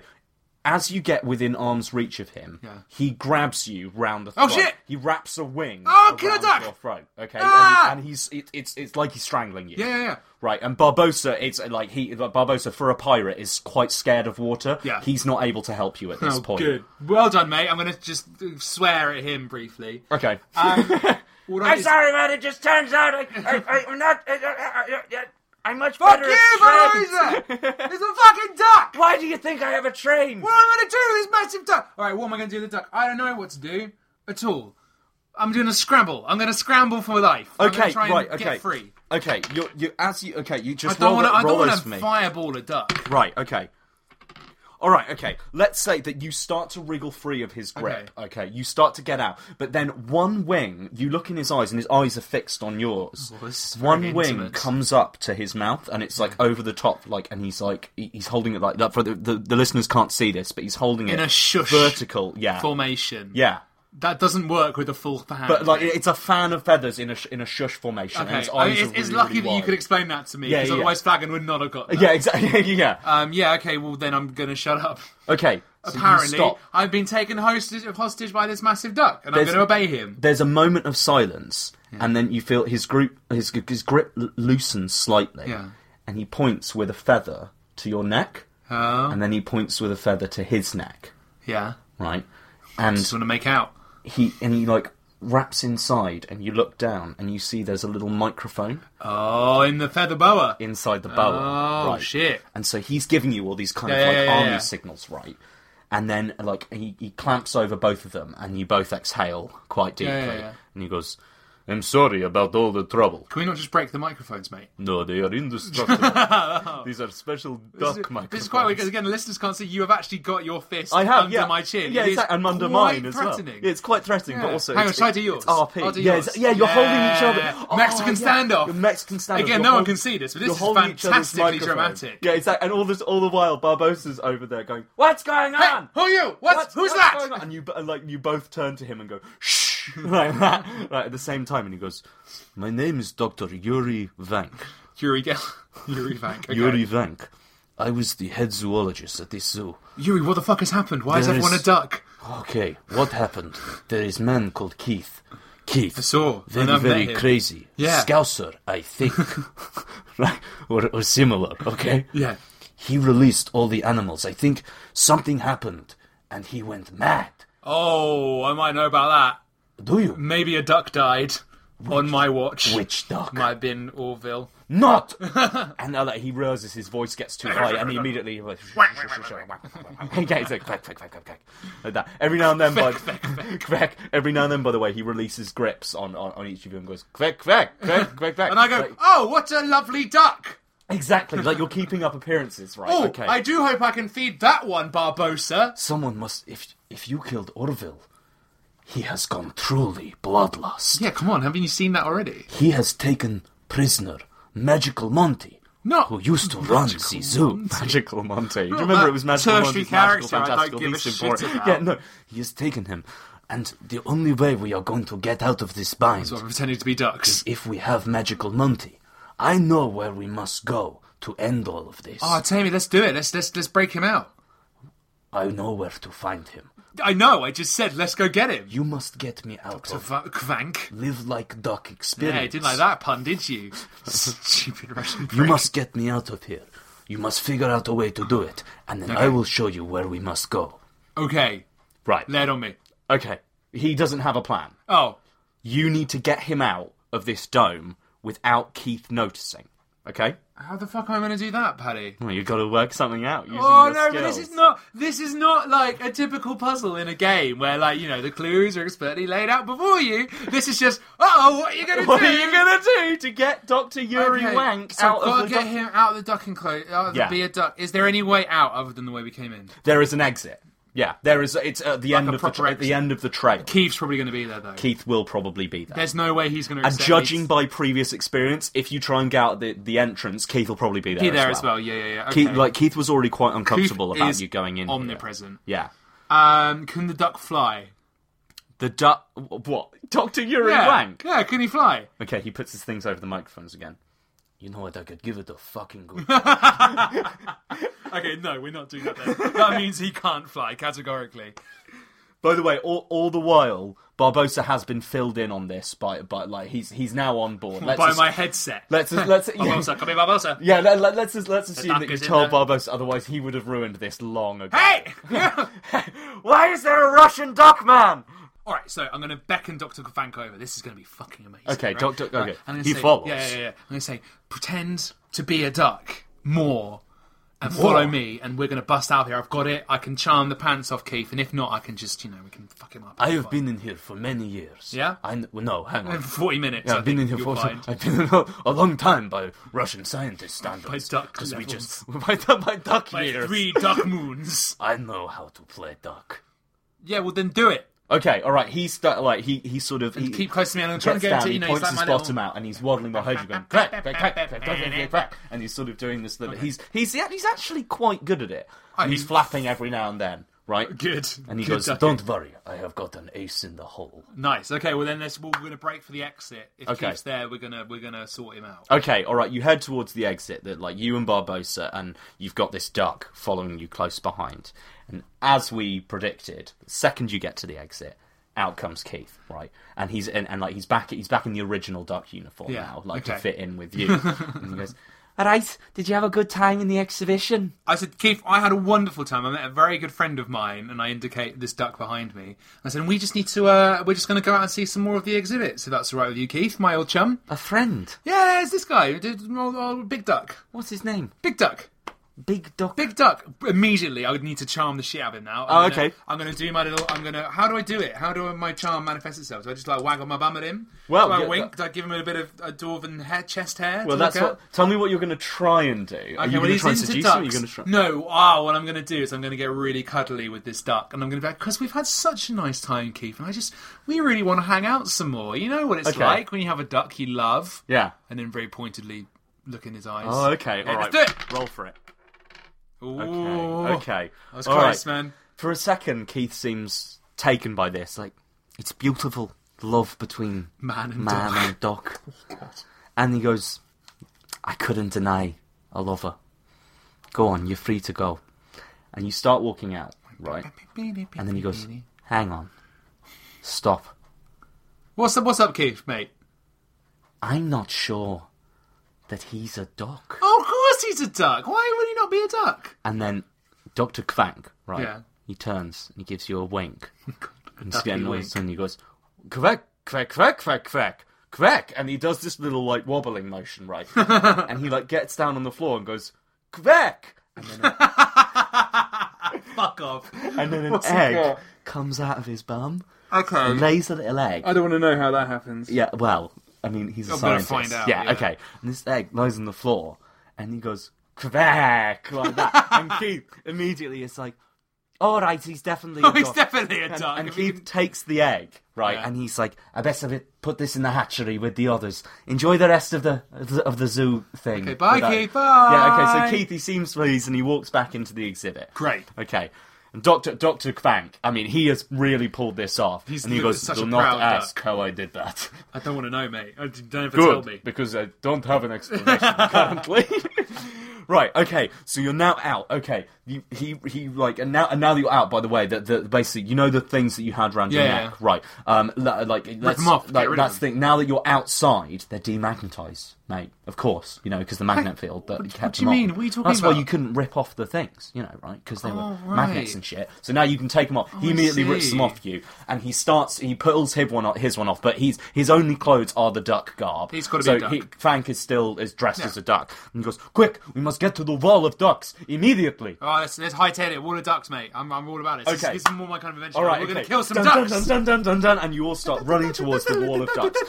As you get within arm's reach of him, Yeah. he grabs you round the Oh, throat. shit! He wraps a wing. Oh, killer around duck! Your throat. Okay, Ah! and, and he's it, it's it's like he's strangling you. Yeah, yeah, yeah. Right, and Barbosa, it's like he Barbosa for a pirate is quite scared of water. Yeah. he's not able to help you at this Oh, point. good. Well done, mate. I'm gonna just uh, swear at him briefly. Okay, Ah, What I'm is- sorry, man. It just turns out I, I, I I'm not. I, I, I, I'm much Fuck better you, at trains. Veronica! It's a fucking duck. Why do you think I have a train? What am I going to do with this massive duck? All right, what am I going to do with the duck? I don't know what to do at all. I'm doing a scramble. I'm going to scramble for life. I'm okay, gonna try and right, okay, Get free. Okay, you you as you okay, you I just don't roll, want to. the- I don't roll want those for to me. fireball a duck. Right, okay. All right, okay. Let's say that you start to wriggle free of his grip. Okay. you start to get out, but then one wing. You look in his eyes, and his eyes are fixed on yours. this is very one wing intimate. comes up to his mouth, and it's like over the top, like, and he's like, he- he's holding it like that. For the, the the listeners can't see this, but he's holding In it a shush vertical. Yeah, Formation. yeah. That doesn't work with a full hand. But like, it's a fan of feathers in a sh- in a shush formation. okay. And his eyes I mean, are it's, it's really, lucky really that you wide. could explain that to me, Yeah, because yeah, yeah. otherwise Flagon would not have got that. Yeah, exactly. <laughs> yeah. Um, yeah. Okay. Well, then I'm going to shut up. okay. so you Apparently, stop. I've been taken hostage, hostage by this massive duck, and There's- I'm going to obey him. there's a moment of silence, and then you feel his group his his grip l- loosens slightly, Yeah. and he points with a feather to your neck, Oh. and then he points with a feather to his neck, Yeah. right? And Just want to make out. he and he like wraps inside, and you look down, and you see there's a little microphone Oh, in the feather boa. inside the boa. Oh, right? shit. And so he's giving you all these kind Yeah, of like yeah, yeah, army yeah. signals, right? And then like he, he clamps over both of them, and you both exhale quite deeply, yeah, yeah. and he goes. I'm sorry about all the trouble. Can we not just break the microphones, mate? No, they are indestructible. <laughs> These are special duck microphones. This is quite weird because again, the listeners can't see. You have actually got your fist I have, under yeah. my chin. Yeah, It is exactly. And under quite mine as well. threatening. Yeah, it's quite threatening, but Yeah. also. Hang on, it's, should I it's- do yours? It's RP. I'll do yeah, yours. it's- yeah, you're holding each Yeah. other. Oh, yeah. Mexican standoff. You're Mexican standoff. Again, You're no one hold- can see this, but this you're is holding each other's fantastically microphone. dramatic. Yeah, exactly. And all this, all the while, Barbosa's over there going, What's going Hey, on? who are you? What? Who's what's that? going on? And you, and, like, you both turn to him and go, shh, <laughs> like that, right at the same time. And he goes, "My name is Doctor Yuri Vank." Yuri Gell. <laughs> Yuri Vank. Okay. Yuri Vank. I was the head zoologist at this zoo. Yuri, what the fuck has happened? Why is There everyone is- a duck? Okay, what happened? There is man called Keith. Keith. I saw, Very, and I've met very him. crazy. Yeah. Scouser, I think. <laughs> right? Or, or similar, okay? Yeah. He released all the animals. I think something happened and he went mad. Oh, I might know about that. Do you? Maybe a duck died on my watch. Witch duck. might have been Orville. <laughs> Not! and uh, like, he realizes his voice gets too high and he immediately. he <laughs> <laughs> goes, yeah, he's like, quack, quack, quack, quack, quack. Like that. Every now and then, <laughs> by <laughs> quack, every now and then, by the way, he releases grips on, on, on each of you and goes, quack, quack, <laughs> quack, quack, quack. And I go, Like- oh, what a lovely duck! Exactly, like you're keeping up appearances, right? Oh, okay. I do hope I can feed that one, Barbosa. Someone must. If if you killed Orville, he has gone truly bloodlust. Yeah, come on, haven't you seen that already? He has taken prisoner Magical Monty, No. who used to run the zoo. Magical Monty. Do you remember that it was Magical tertiary Monty's magical, character I don't fantastical give a beast shit in Borat. about. Yeah, no, he has taken him, and the only way we are going to get out of this bind So I'm pretending to be ducks. if we have Magical Monty. I know where we must go to end all of this. Oh, Tammy, let's do it. Let's let's let's break him out. I know where to find him. I know. I just said let's go get him. You must get me out To of va- Kvank. live like duck experience. Yeah, you didn't like that pun, did <laughs> you? Stupid Russian. You prick. must get me out of here. You must figure out a way to do it, and then I will show you where we must go. Okay, Right. lay it on me. Okay. He doesn't have a plan. Oh, You need to get him out of this dome without Keith noticing. Okay. How the fuck am I going to do that, Paddy? Well, you've got to work something out. Using Oh your no, but this skills. is not this is not like a typical puzzle in a game where like you know the clues are expertly laid out before you. This is just oh, what are you going to <laughs> do? What are you gonna do to get Doctor Yuri Okay, Wank so out I've got of the? to get doc- him out of the duck enclosure. Out of Yeah. the be a duck. Is there any way out other than the way we came in? There is an exit. Yeah, there is. It's at the Like end of a the proper tra- at the exit. end of the trail. Keith's probably going to be there though. Keith will probably be there. There's no way he's going to. And judging by previous experience, if you try and get out the, the entrance, Keith will probably be there. be as there well. as well. Yeah, yeah, yeah. Okay. Keith, like Keith was already quite uncomfortable Keith about is you going in. here. omnipresent. Yeah. Um, can the duck fly? The duck. What? Doctor Yuri Yeah, Wank. yeah. Can he fly? Okay, he puts his things over the microphones again. You know what? I could give it a fucking good. <laughs> Okay, no, we're not doing that. <laughs> Then. that means he can't fly categorically. By the way, all, all the while, Barbosa has been filled in on this by, by like he's he's now on board. Let's by as- my headset. <laughs> let's as- let's yeah. <laughs> Barbosa, come here, Barbosa. Yeah, let, let, let's just- let's assume duck that you is in told there. Barbosa, otherwise he would have ruined this long ago. Hey! <laughs> Why is there a Russian duck man? All right, so I'm going to beckon Dr. Kafanko over. This is going to be fucking amazing. Okay, right? Dr. okay. I'm gonna he say, follows. Yeah, yeah, yeah. I'm going to say, pretend to be a duck more and follow me, and we're going to bust out here. I've got it. I can charm the pants off Keith, and if not, I can just, you know, we can fuck him up. <laughs> I have been in here for many years. Yeah? I kn- well, no, hang on. 40 minutes. Yeah, I I've been in think here you'll for find. I've been in a, a long time by Russian scientist standards. duck because we levels. just <laughs> by, du- by duck <laughs> Like years. three duck moons. I know how to play duck. Yeah, well, then do it. Okay, all right. He's sta- like he he sort of he, Keep close to me, and I'm trying to gets down, get him to, he you know, he's points like his my bottom little... out, and he's waddling behind you, going crack, crack, crack, crack, crack, crack, crack, and he's sort of doing this little. He's he's yeah, he's actually quite good at it. And he's mean- flapping every now and then, right? Good. And he Good goes, ducking. "Don't worry, I have got an ace in the hole." Nice. Okay. Well, then let's. Well, we're gonna break for the exit. If Okay. Keith's there, we're gonna we're gonna sort him out. Okay, all right. You head towards the exit that, like, you and Barbosa, and you've got this duck following you close behind. And as we predicted, the second you get to the exit, out comes Keith, right? And he's and, and like he's back he's back in the original duck uniform Yeah, now, like to okay. fit in with <laughs> you. and he goes, "All right, did you have a good time in the exhibition?" I said, Keith, I had a wonderful time. I met a very good friend of mine, and I indicate this duck behind me. I said, we just need to. uh We're just gonna go out and see some more of the exhibits. If that's all right with you, Keith, my old chum. A friend. Yeah, it's this guy, d- old, old oh, big duck, What's his name? big duck. Big Duck. Big duck. Immediately, I would need to charm the shit out of him now. Oh, I'm gonna- okay. I'm gonna do my little. I'm gonna. How do I do it? How do my charm manifest itself? Do I just like waggle my bum at him? Well, do I yeah, wink? that- Do I give him a bit of a dwarven hair, chest hair? Well, to that's look at? what. Tell me what you're going to try and do. Are Okay, you well, going to he's try and into seduce him? Or are you ducks. going to try? No, ah, what I'm going to do is I'm going to get really cuddly with this duck, and I'm going to be like, because we've had such a nice time, Keith, and I just, we really want to hang out some more. You know what it's Okay. like when you have a duck you love, Yeah. and then very pointedly look in his eyes. Oh, okay. All right. let's do it. Roll for it. Ooh. Oh, Okay. Okay. Oh. That was All close, right. man. For a second, Keith seems taken by this. Like, it's beautiful love between Man and Oh, man duck. and <laughs> doc. and he goes, I couldn't deny a lover. Go on, you're free to go. And you start walking out, right? And then he goes, Hang on. Stop. What's up, what's up, Keith, mate? I'm not sure that he's a doc. Oh, of course he's a duck. Why would he not be a duck? And then Dr. Kvank, right? Yeah. He turns and he gives you a <laughs> wink. and he's Ducky getting wink. noise and he goes, quack, quack, quack, quack, quack, quack. And he does this little, like, wobbling motion, <laughs> right? and he, like, gets down on the floor and goes, quack. Fuck off. And <laughs> then an egg comes out of his bum, Okay. lays a little egg. don't want to know how that happens. Yeah, well, I mean, he's a I'm gonna scientist. find out, yeah, yeah. okay. And this egg lies on the floor, and he goes quack like <laughs> that, and Keith immediately is like, "All right, he's <laughs> definitely." <laughs> Oh, a he's dog." definitely a And, duck. and If we Keith takes the egg, right, Yeah. and he's like, "I best have it, put this in the hatchery with the others. Enjoy the rest of the of the, of the zoo thing." Okay, bye, without-" Keith, Yeah, bye. okay. So Keith he seems pleased, and he walks back into the exhibit. Great. Okay. And Doctor Doctor Kvank, I mean, he has really pulled this off. He's and he look- goes, such a "Do not proud duck." ask how I did that." I don't want to know, mate. I don't know if to tell Good, me. because I <laughs> don't have an explanation currently. right, okay, so you're now out. Okay, you, he he like and now and now that you're out. By the way, that the, basically you know the things that you had around your Yeah, neck, yeah. right? Um, li- like let's, them off, get like rid of that's them. the thing. Now that you're outside, they're demagnetized, mate. Of course, you know because the magnet field that what- kept what do you them on. mean? What are you talking That's why about? you couldn't rip off the things, you know, right? Because they were Oh, right. Oh, magnets and shit. So now you can take them off. he I immediately rips them see. off you, and he starts. He pulls his one off, his one off, but he's his only clothes are the duck garb. He's gotta be so a duck. He, Frank is still is dressed Yeah. as a duck, and he goes, "Quick, we must get to the wall of ducks immediately." Oh, let's, let's hightail it. Wall of ducks, mate. I'm, I'm all about it. This, Okay. this is more my kind of adventure. All right, We're going okay. to kill some dun, ducks. Dun, dun, dun, dun, dun, and you all start running towards the wall of ducks.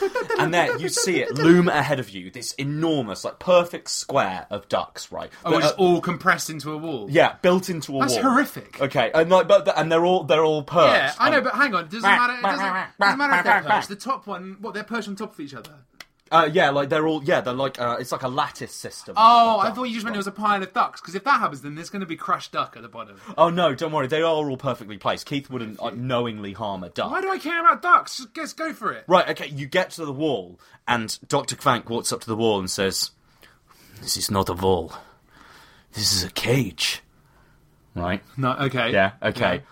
And there, you see it loom ahead of you, this enormous, like perfect square of ducks, right? Oh, But, it's uh, all compressed into a wall. yeah, built into a That's wall. horrific. Okay, and like, but and they're all they're all perched. Yeah, I know, And- but hang on. It doesn't matter. It doesn't, doesn't matter if they're perched. The top one, what? They're perched on top of each other. Uh, yeah, like they're all yeah, they're like uh, it's like a lattice system. Oh, of I ducks, thought you just meant right? it was a pile of ducks. Because if that happens, then there's going to be crushed duck at <laughs> the bottom. Oh no, don't worry, they are all perfectly placed. Keith wouldn't uh, knowingly harm a duck. Why do I care about ducks? Just guess, go for it. Right, okay, you get to the wall, and Dr. Kvank walks up to the wall and says, This is not a wall. This is a cage. Right? No, okay. Yeah, okay.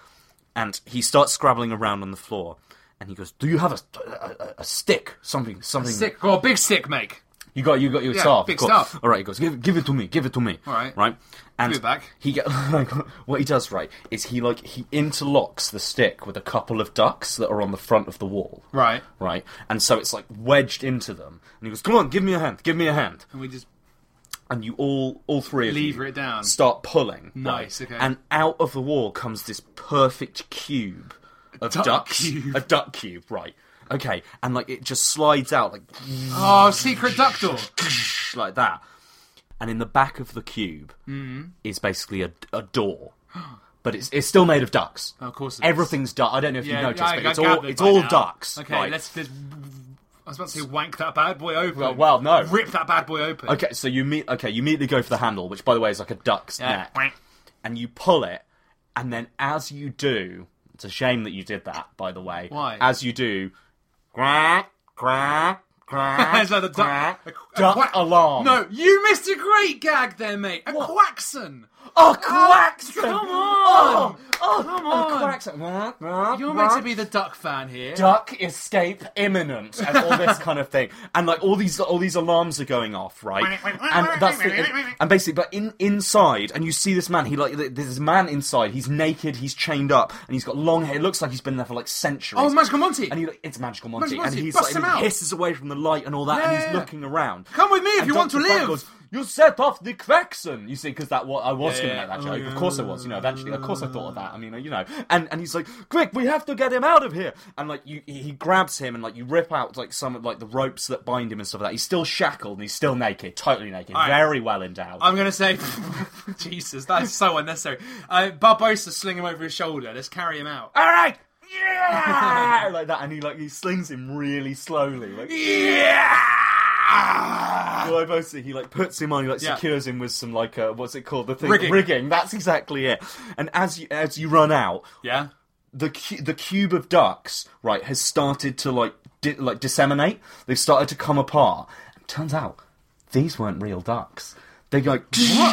And he starts scrabbling around on the floor, and he goes, Do you have a, a, a- a stick? Something, something. Sick. Oh, big sick, mate. You got, you got your Yeah, staff. big cool. staff. All right, he goes, give, give it to me, give it to me. All right. right. And Give it back. He get, <laughs> like, what he does right is he like he interlocks the stick with a couple of ducks that are on the front of the wall. Right. Right. And so it's like wedged into them, and he goes, "Come on, give me a hand, give me a hand." And we just and you all all three of Lever you it down. start pulling. Nice, okay. And out of the wall comes this perfect cube of Duck ducks, cube. a duck cube, right? Okay, and like it just slides out like oh, secret duck door. <clears throat> like that, and in the back of the cube Mm-hmm. is basically a, a door. But it's, it's still made of ducks. Oh, Of course it is. everything's duck. I don't know if you noticed, I- but I it's all gathered it's by all now. ducks. Okay, right? let's just. I was about to say wank that bad boy open. Well, uh, well, no. Rip that bad boy open. Okay, so you meet. Okay, you immediately go for the handle, which, by the way, is like a duck's Yeah. neck, and you pull it, and then as you do, it's a shame that you did that, by the way. Why? As you do, quack, quack, quack, <laughs> It's like the duck- quack, a- a duck quack- alarm. No, you missed a great gag there, mate. A quackson. oh quacks! come on! Oh, oh, Come oh on! quacks! Quack, quack, You're quack. meant to be the duck fan here. duck escape imminent and all this kind of thing and like all these all these alarms are going off right and that's the, and basically but in inside and you see this man he like th- there's this man inside he's naked he's chained up and he's got long hair it looks like he's been there for like centuries Oh, Magical Monty. and he like, it's magical monty, Magical Monty, and he's bust like him he out. hisses away from the light and all that and he's Yeah. looking around Come with me if And you want Dr. to Frank live. goes, you set off the Quexon. You see, because that what I was Yeah, going Oh, to make that yeah. joke. Of course I was. You know, eventually, of course I thought of that. I mean, you know, and and he's like, "Quick, we have to get him out of here!" And like, you he he grabs him and like you rip out like some of like the ropes that bind him and stuff like that. He's still shackled and he's still naked, totally naked, right. very well endowed. I'm gonna say, <laughs> Jesus, that is so unnecessary. Uh, Barbosa sling him over his shoulder. Let's carry him out. All right, yeah, <laughs> like that, and he like he slings him really slowly, like Yeah. Well, I both see he like puts him on, he like Yeah. secures him with some like uh, what's it called, the thing Rigging. That's exactly it. And as you as you run out, Yeah. the cu- the cube of ducks right has started to like di- like disseminate. They've started to come apart. And turns out these weren't real ducks. They go like,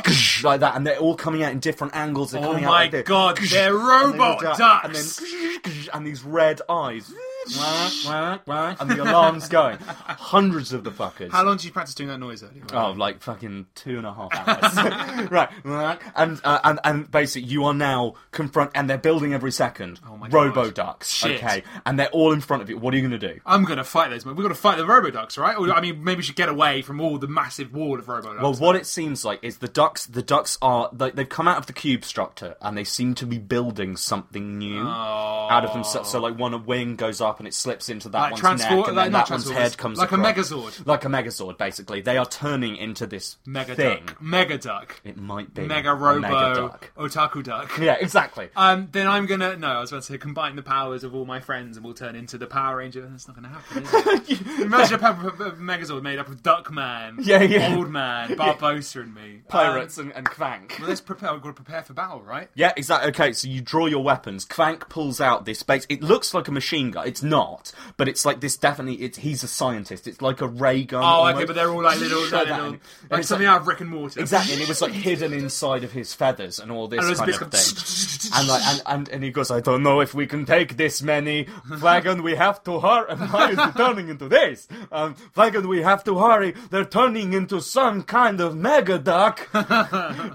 <laughs> like that, and they're all coming out in different angles. They're Oh coming out my like this. <laughs> God, they're And robot duck- and ducks. then <laughs> and these red eyes, and the alarm's going. Hundreds of the fuckers. How long did you practice doing that noise earlier? Oh, like fucking two and a half hours, <laughs> right? And uh, and and basically, you are now confront, and they're building every second. Oh my Robo God. ducks, Shit. okay? And they're all in front of you. What are you going to do? I'm gonna fight those. We've got to fight the Roboducks, right? Or, I mean, maybe we should get away from all the massive wall of Roboducks. Well, what it seems like is the ducks. The ducks are they, they've come out of the cube structure, and they seem to be building something new out of themselves. So, like one wing goes up, and it slips into that Like one's neck, transport- and like then not that one's transport, head comes like a across. megazord. like a megazord. Basically, they are turning into this Mega thing. duck, mega duck, It might be mega a robo, mega duck. otaku duck. Yeah, exactly. Um, then I'm gonna no. I was about to say combine the powers of all my friends, and we'll turn into the Power Ranger. That's not gonna happen. <laughs> Is it? Imagine a Power- a Megazord made up of Duckman, Yeah, <laughs> yeah. Old Man, Barbosa, and me. pirates Um, and, and Kvank. well, let's prepare. We've got to prepare <laughs> for battle, right? Yeah, exactly. Okay, so you draw your weapons. Kvank pulls out this base. It looks like a machine gun. It's not, but it's like this definitely. It's he's a scientist. It's like a ray gun. Oh, okay, almost. but they're all like <laughs> little, Shut like, little that. And like it's something like- out of Rick and Morty. Exactly, and it was like hidden inside of his feathers and all this And it was kind basically- of thing. and like, and, and and he goes, I don't know if we can take this many. Flagon, we have to hurry. <laughs> And why is it turning into this? Um, Flagon, we have to hurry. They're turning into some kind of mega <laughs> duck.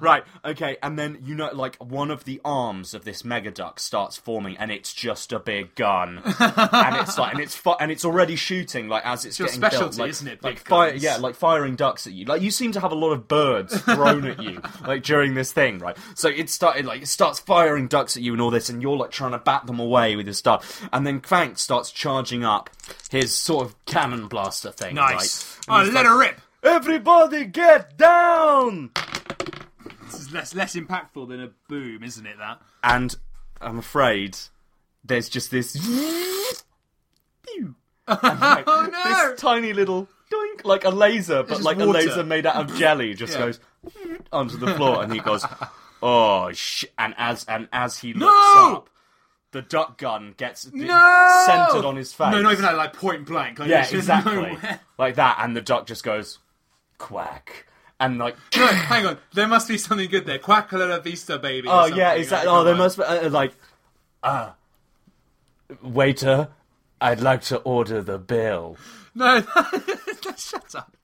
right, okay, and then you know, like one of the arms of this mega duck starts forming, and it's just a big gun, and it's like, and it's fu- and it's already shooting like as it's your getting built, specialty, like, isn't it, Like big fire, guns? yeah, like firing ducks at you. Like you seem to have a lot of <laughs> birds thrown at you, like during this thing, right? So it started like it starts firing ducks at you and all this, and you're like trying to bat them away with his stuff, and then Crank starts charging up his sort of cannon blaster thing. <laughs> nice. Right? And oh, he's let like, her rip. Everybody get down! This is less less impactful than a boom, isn't it? That and I'm afraid there's just <laughs> this. Pew. And, like, Oh, no! This tiny little doink, like a laser, but just like a water. laser made out of <laughs> jelly, just Yeah. goes onto the floor, and he <laughs> goes, "Oh sh!" And as and as he looks No! up, the duck gun gets No! centered on his face. no, not even that, like point blank. Like, Yeah, it's just <laughs> exactly. nowhere. Like that, and the duck just goes quack, and like No, <coughs> hang on. There must be something good there. Quack a la vista, baby. or Oh yeah, something, exactly. like, Oh, there come on. must be uh, uh, like, uh, waiter. I'd like to order the bill. No, <laughs> shut up.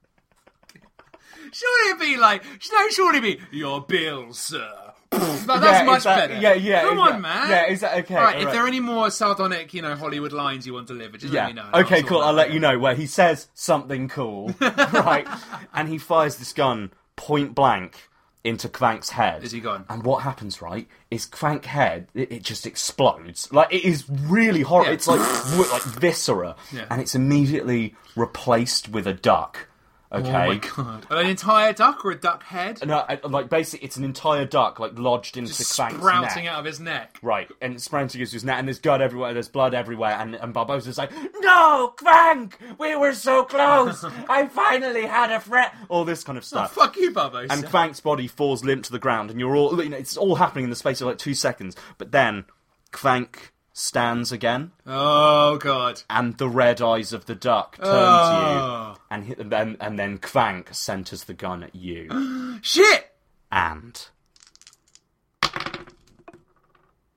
Surely it'd be like, no, surely it'd be your bill, sir. Pff, that- that's Yeah, much exact- better. yeah, yeah, Come exact- on, man. yeah, exact- okay, All right, if alright. there are any more sardonic, you know, Hollywood lines you want delivered, just let Yeah. me know. and okay, sort cool. that I'll let out. you know where he says something <laughs> cool, right? And he fires this gun point blank into Crank's head. Is he gone? And what happens, right, is Crank's head it, it just explodes. Like it is really horrible. Yeah. It's like w- like viscera, Yeah. and it's immediately replaced with a duck. Okay. Oh my god! An entire duck or a duck head No, I- like basically, it's an entire duck like lodged into just Crank's sprouting neck. out of his neck. Right, and sprouting into his neck, and there's blood everywhere, there's blood everywhere, and, and Barbosa's like, No, Crank! We were so close! <laughs> I finally had a friend! All this kind of stuff. Oh, Fuck you, Babos. and Crank's body falls limp to the ground, and you're all, you know, it's all happening in the space of like two seconds, but then Crank stands again, oh god! and the red eyes of the duck turn Oh. to you, and, hit, and, and then Crank centers the gun at you, <gasps> Shit! and.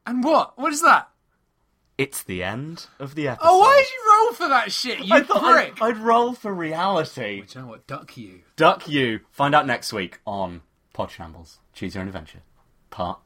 And what? What is that? It's the end of the episode. Oh, why did you roll for that shit? You I thought prick! I'd, I'd roll for reality. Do you know what? Duck you. Duck you. Find out next week on Pod Shambles. Choose your own adventure. Part.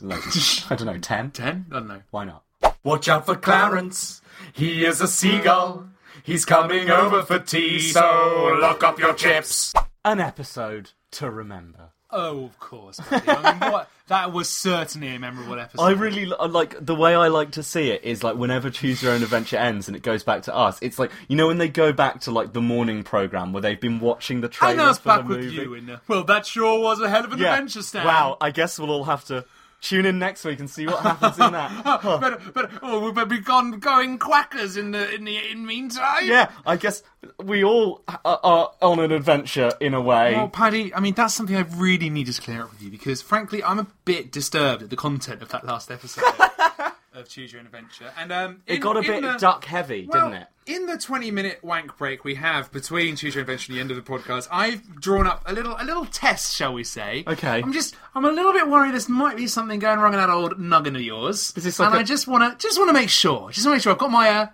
like, <laughs> I don't know. Ten. Ten? I don't know. Why not? Watch out for Clarence. He is a seagull. He's coming over for tea, so lock up your chips. An episode to remember. Oh, of course. buddy. I mean, what? That was certainly a memorable episode. I really li- I like the way I like to see it is like whenever Choose Your Own Adventure ends and it goes back to us. It's like you know when they go back to like the morning program where they've been watching the And trailer that's for the back with movie. you in the. Well, that sure was a hell of an yeah. adventure, Stan. Wow. I guess we'll all have to tune in next week and see what happens in that. <laughs> Huh. <laughs> But but oh, we've been gone going quackers in the in the in meantime. yeah, I guess we all are, are on an adventure in a way. Well, Oh, Paddy, I mean that's something I really need to clear up with you because, frankly, I'm a bit disturbed at the content of that last episode <laughs> of Choose Your Own Adventure, and um, it in- got a in bit the- duck heavy, Well, didn't it? In the twenty-minute wank break we have between Choose Your Own Adventure and the end of the podcast, I've drawn up a little a little test, shall we say? Okay. I'm just I'm a little bit worried. This might be something going wrong in that old noggin of yours. Is this like and I a- just want to just want to make sure. Just want to make sure I've got my uh,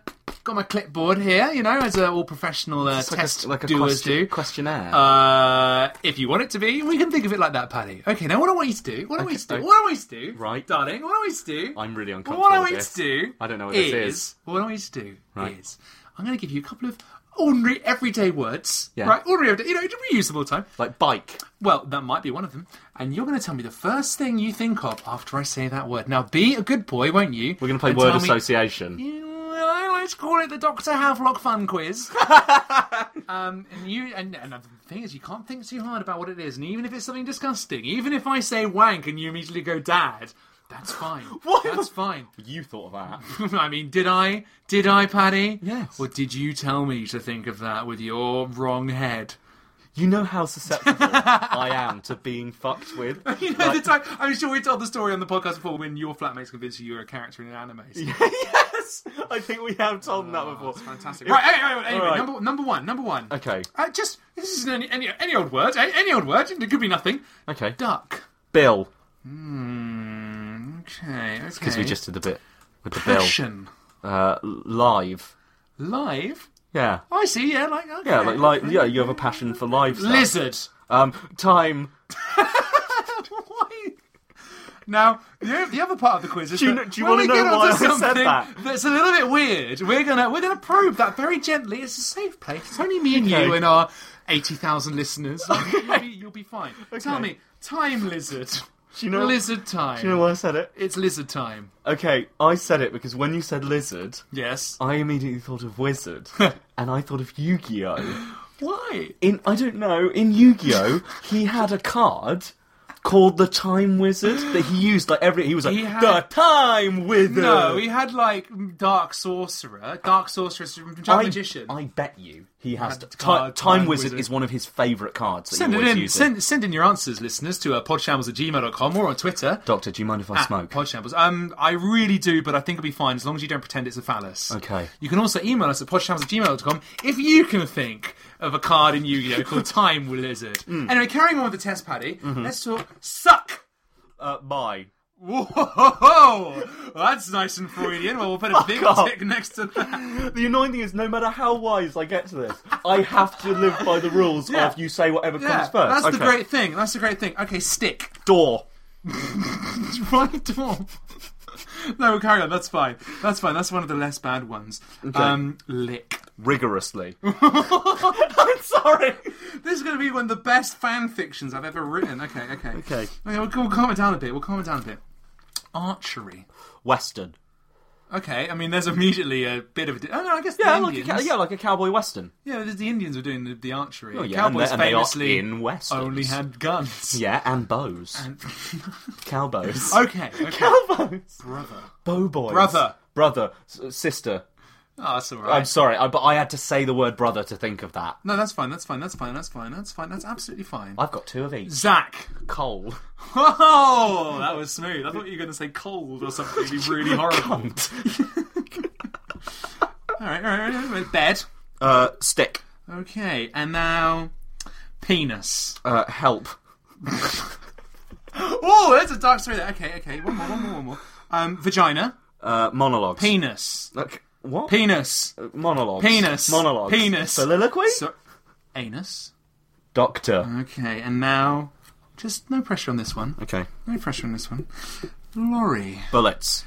got my clipboard here. You know, as uh, all professional uh, test doers do. questionnaire. Uh, if you want it to be, we can think of it like that, Paddy. Okay, now what do I want you to do? What do I want you to do? Okay. What do I want you to do? Right. darling. What do I want you to do? I'm really uncomfortable. What I with want you this. to do? I don't know what this is. What I want you to do is I'm going to give you a couple of ordinary everyday words, right? Ordinary, everyday, you know, reusable time. Like bike. Well, that might be one of them. And you're going to tell me the first thing you think of after I say that word. Now, be a good boy, won't you? We're gonna play and word tell me- association. well, let's call it the Doctor Havelock <laughs> Fun Quiz. um, and you and, and the thing is, you can't think too hard about what it is, and even if it's something disgusting, even if I say wank and you immediately go dad, that's fine. <laughs> What? That's fine. <laughs> You thought of that. I mean, did I? Did I, Paddy? Yes. Or did you tell me to think of that with your wrong <laughs> head? you know how susceptible <laughs> I am to being fucked with. You know, the time, I'm sure we told the story on the podcast before when your flatmates convinced you you were a character in an anime. <laughs> yes, I think we have told them that before. It's Oh, fantastic. Right, anyway, anyway, All right. Number, number one, number one. Okay, Uh, just this isn't any, any any old word. eh, Any old word. It could be nothing. okay. Duck. Bill, Mm, okay. Okay. because we just did the bit with the bill. passion Uh, live. live. Yeah, I see. Yeah, like okay. yeah, like, like yeah. You have a passion for live stuff. lizard. Um, time. Why? Now, the, the other part of the quiz is Do you that kn- do you when wanna we get know onto why I said something that? That's a little bit weird. We're gonna we're gonna probe that very gently. It's a safe place. It's only me and you Okay. and our eighty thousand listeners. You'll, be, you'll be fine. Tell me, time lizard. Do you know? lizard time. Do you know why I said it? It's lizard time. Okay, I said it because when you said lizard, Yes. I immediately thought of wizard, <laughs> and I thought of Yu-Gi-Oh. Why? In I don't know. In Yu-Gi-Oh, he had a card called the Time Wizard that he used like every. He was like He had- the Time Wizard. No, he had like dark sorcerer, dark sorceress, I, magician. I bet you he has Had to, the Ti- card, Time, Time Wizard, Wizard. is one of his favourite cards. That Send he it always in. uses. Send, send in your answers, listeners, to uh, podshambles at gmail.com or on Twitter. Doctor, do you mind if I at smoke? Podshambles. Um, I really do, but I think it'll be fine as long as you don't pretend it's a phallus. Okay. You can also email us at podshambles at gmail.com if you can think of a card in Yu Gi Oh! <laughs> called Time Lizard. Hmm. Anyway, carrying on with the test, Paddy, Mm-hmm. let's talk suck. uh, bye. Whoa! <laughs> That's nice and Freudian. Well, we'll put a big off. tick next <laughs> to that. The annoying thing is, no matter how wise I get to this, I have to live by the rules <laughs> Yeah. of you say whatever Yeah, comes first. that's the Okay. great thing. That's the great thing. Okay, stick. <laughs> door. Right dwarf. no, carry on. That's fine. That's fine. That's one of the less bad ones. Um, lick. <laughs> rigorously. <laughs> I'm sorry. This is going to be one of the best fan fictions I've ever written. Okay, okay, Okay. We'll, we'll calm it down a bit. We'll calm it down a bit. Archery. Western. Okay, I mean, there's immediately a bit of a. Di- oh no, I guess Yeah, the like a Indians. ca- yeah, like a cowboy western. yeah, the- the Indians were doing the, the archery. yeah, Cowboys and they, and famously they are in westerns. only had guns. yeah, and bows, <laughs> cowboys, <laughs> okay, okay. cowboys, Brother. bow boys, Brother. brother, s- sister. Oh, that's all I'm right. sorry, I, but I had to say the word brother to think of that. no, that's fine. That's fine. That's fine. That's fine. That's fine. That's absolutely fine. I've got two of each. Zach. Coal. Oh, that was smooth. I thought you were going to say cold or something really horrible. <laughs> All right, all right, all right, all right. Bed. Uh, stick. Okay, and now penis. Uh, help. Oh, that's a dark story. There. Okay, okay. One more, one more, one more. Um, vagina. Uh, monologues. Penis. Like, what? Penis. monologues. Penis. Monologues. Penis. Soliloquy. So, anus. Doctor. Okay, and now just no pressure on this one. Okay. No pressure on this one. Lorry. Bullets.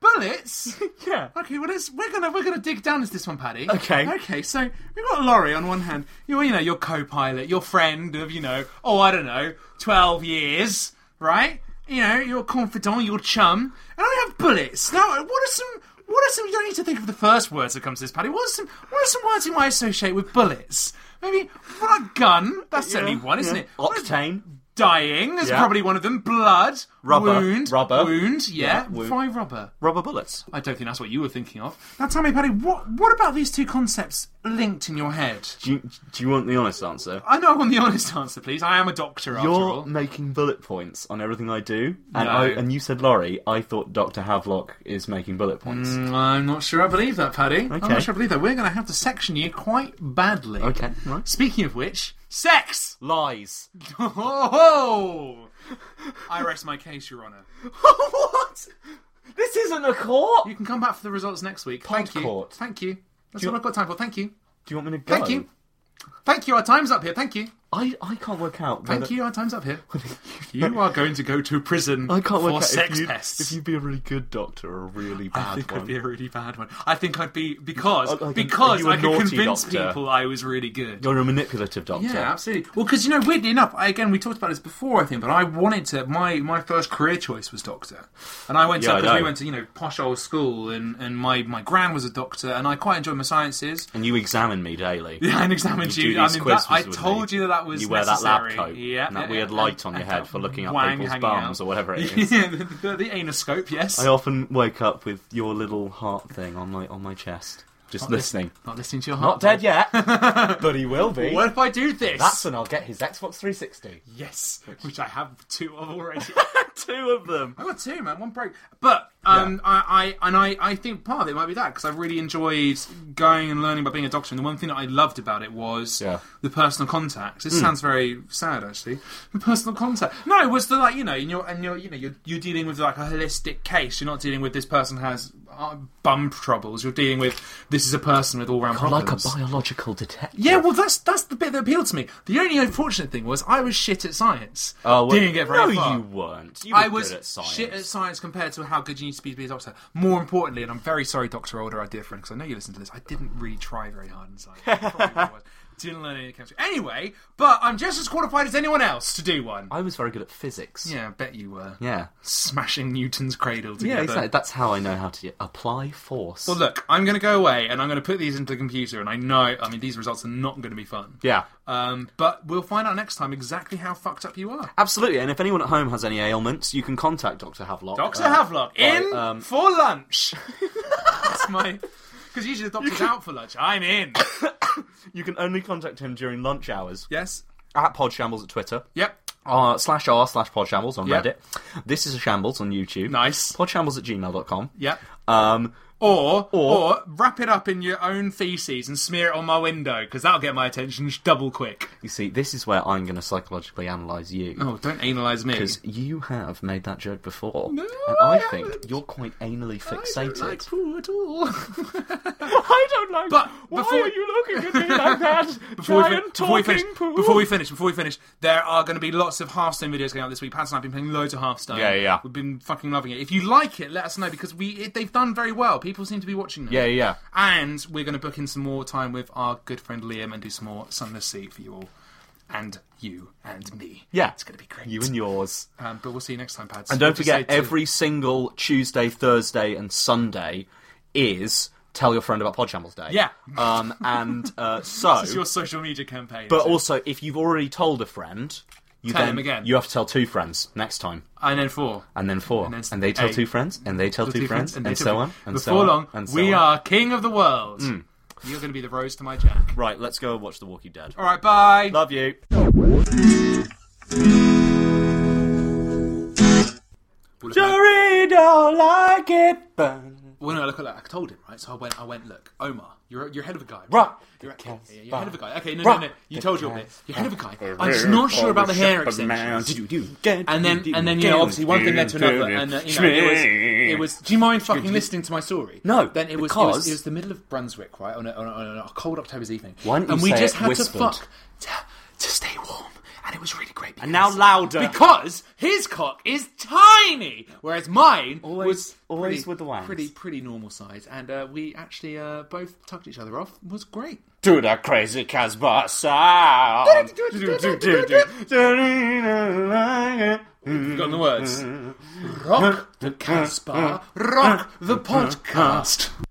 Bullets. Yeah. Okay, well, let's, we're gonna we're gonna dig down into this one, Paddy. Okay. Okay, so we've got Laurie on one hand. You're you know your co-pilot, your friend of you know oh I don't know twelve years, right? You know your confidant, your chum, and I have bullets. Now, what are some what are some? You don't need to think of the first words that comes to this, Paddy. What are some what are some words you might associate with bullets? Maybe what a gun. That's certainly one, isn't it? What is- Octane. Dying is Yeah. probably one of them. Blood, Rubber. wound, Rubber. wound. Yeah, Yeah, wound. fry rubber. Rubber bullets. I don't think that's what you were thinking of. Now tell me, Paddy, what what about these two concepts linked in your head? Do you, do you want the honest answer? I know I want the honest answer, please. I am a doctor after You're all. making bullet points on everything I do, and No. I, and you said Laurie. I thought Doctor Havelock is making bullet points. Mm, I'm not sure I believe that, Paddy. I'm Okay. not sure I believe that. We're going to have to section you quite badly. Okay, right. Speaking of which, sex. <laughs> Lies. <laughs> Oh, I rest my case, Your Honour. what? This isn't a court. You can come back for the results next week. Thank you. Podcourt. Thank you. That's Do you- all I've got time for. Thank you. Do you want me to go? Thank you. Thank you. Our time's up here. Thank you. I, I can't work out. Thank whether- you. Our time's <laughs> up here. You are going to go to prison I can't work for out sex if you'd, pests. if you'd be a really good doctor or a really I bad think one. I'd be a really bad one. I think I'd be because Like, are because you a I could naughty convince doctor? people I was really good. You're a manipulative doctor. Yeah, absolutely. Well, because you know, weirdly enough, I, again we talked about this before, I think, but I wanted to. My my first career choice was doctor, and I went Yeah, I to because we know. went to you know posh old school, and and my my gran was a doctor, and I quite enjoyed my sciences. <laughs> And you examine me daily. Yeah, and examined You you. do I these mean, that, quizzes I with told me. you that that was You wear that lab necessary. coat Yeah, and that yeah, weird yeah, light and- on your and head that for looking up wang people's hanging bums out. or whatever <laughs> it is. yeah, the, the, the anoscope. Yes. I often wake up with your little heart thing on my on my chest. just listening. Not listening to your Not heart. dead yet, <laughs> but he will be. What if I do this? That's when I'll get his Xbox 360. yes, which I have two of already. Two of them. I got two, man. One broke. But um, I, I and I, I think part of it might be that because I really enjoyed going and learning about being a doctor. And the one thing that I loved about it was Yeah. Hmm. the personal contact. This sounds very sad, actually. The personal contact. No, it was the like you know, and you're and you're you know you're, you're dealing with like a holistic case. You're not dealing with this person has uh, bum troubles. You're dealing with this is a person with all round problems. Like a biological detective. Yeah, well, that's that's the bit that appealed to me. The only unfortunate thing was I was shit at science. Oh, well, didn't get very no, far. you weren't. You were I was good at science. shit at science compared to how good you need to be to be a doctor. More importantly, and I'm very sorry, Doctor Older, our dear friend, because I know you listen to this. I didn't really try very hard in science. I probably <laughs> was. Didn't learn any chemistry. Anyway, but I'm just as qualified as anyone else to do one. I was very good at physics. Yeah, I bet you were. Yeah. Smashing Newton's cradle together. Yeah, exactly. That's how I know how to apply force. Well, look, I'm going to go away and I'm going to put these into the computer, and I know, I mean, these results are not going to be fun. yeah. Um, but we'll find out next time exactly how fucked up you are. Absolutely, and if anyone at home has any ailments, you can contact Dr. Havelock. Doctor Uh, Havelock in right, um, for lunch. That's my. Because usually the doctor's out for lunch. I'm in. You can only contact him during lunch hours. yes. At Podshambles at Twitter. Yep. Uh, slash r slash Podshambles on Yep. Reddit. This is a shambles on YouTube. Nice. Podshambles at gmail.com. Yep. Um, Or, or wrap it up in your own feces and smear it on my window because that'll get my attention sh- double quick. you see, this is where I'm going to psychologically analyse you. Oh, don't analyse me. Because you have made that joke before. No, and I I, haven't. think you're quite anally fixated. poo at all. <laughs> <laughs> I don't like. But why before- are you looking at me <laughs> like that? <laughs> before, we, Giant fin- before we talking finish, poo. before we finish, before we finish, there are going to be lots of Hearthstone videos going out this week. Pat and I've been playing loads of Hearthstone. Yeah, yeah. We've been fucking loving it. If you like it, let us know because we it, they've done very well. People seem to be watching them. Yeah, yeah. And we're going to book in some more time with our good friend Liam and do some more Sunless Sea for you all, and you and me. Yeah. it's going to be great. You and yours. um, but we'll see you next time, Pads. And don't What do you forget, say to- every single Tuesday, Thursday, and Sunday is Tell Your Friend About Podshambles Day. Yeah. Um, and <laughs> uh, so, It's <laughs> your social media campaign. but so- also, if you've already told a friend, you Tell then them again. you have to tell two friends next time, and then four. and then four, and, then they tell eight. two friends, and they tell two, friends, and, they so took- on, and so Before on, long, and so on. we Mm. are king of the world. You're going to be the rose to my jack. right. Let's go and watch The Walking Dead. All right, bye. Love you. Jury don't like it, but Well, no, look at that. I told him, right? So I went, I went. Look, Omar, you're you're head of a guy. Right? Rock You're, the yeah, cast yeah, you're head of a guy. Okay, no, Rock no, no. You the told your cast bit. You're head of a guy. I'm just not sure about the hair extensions. And then, and then, you know, obviously one thing led to another, and uh, you know, it was, it was. Do you mind fucking listening to my story? No, Then it was, it was, because- it was the middle of Brunswick, right, on a, on a, on a cold October's evening, Why don't you and we say just it had whispered? to fuck to, to stay warm, and it was really great. Because, And now louder. because his cock is tiny, whereas mine Always- was always pretty, with the wangs. pretty pretty normal size, and uh, we actually uh, both tucked each other off. It was great. to the crazy Casbah sound. Got the words. Rock the Casbah, rock the podcast.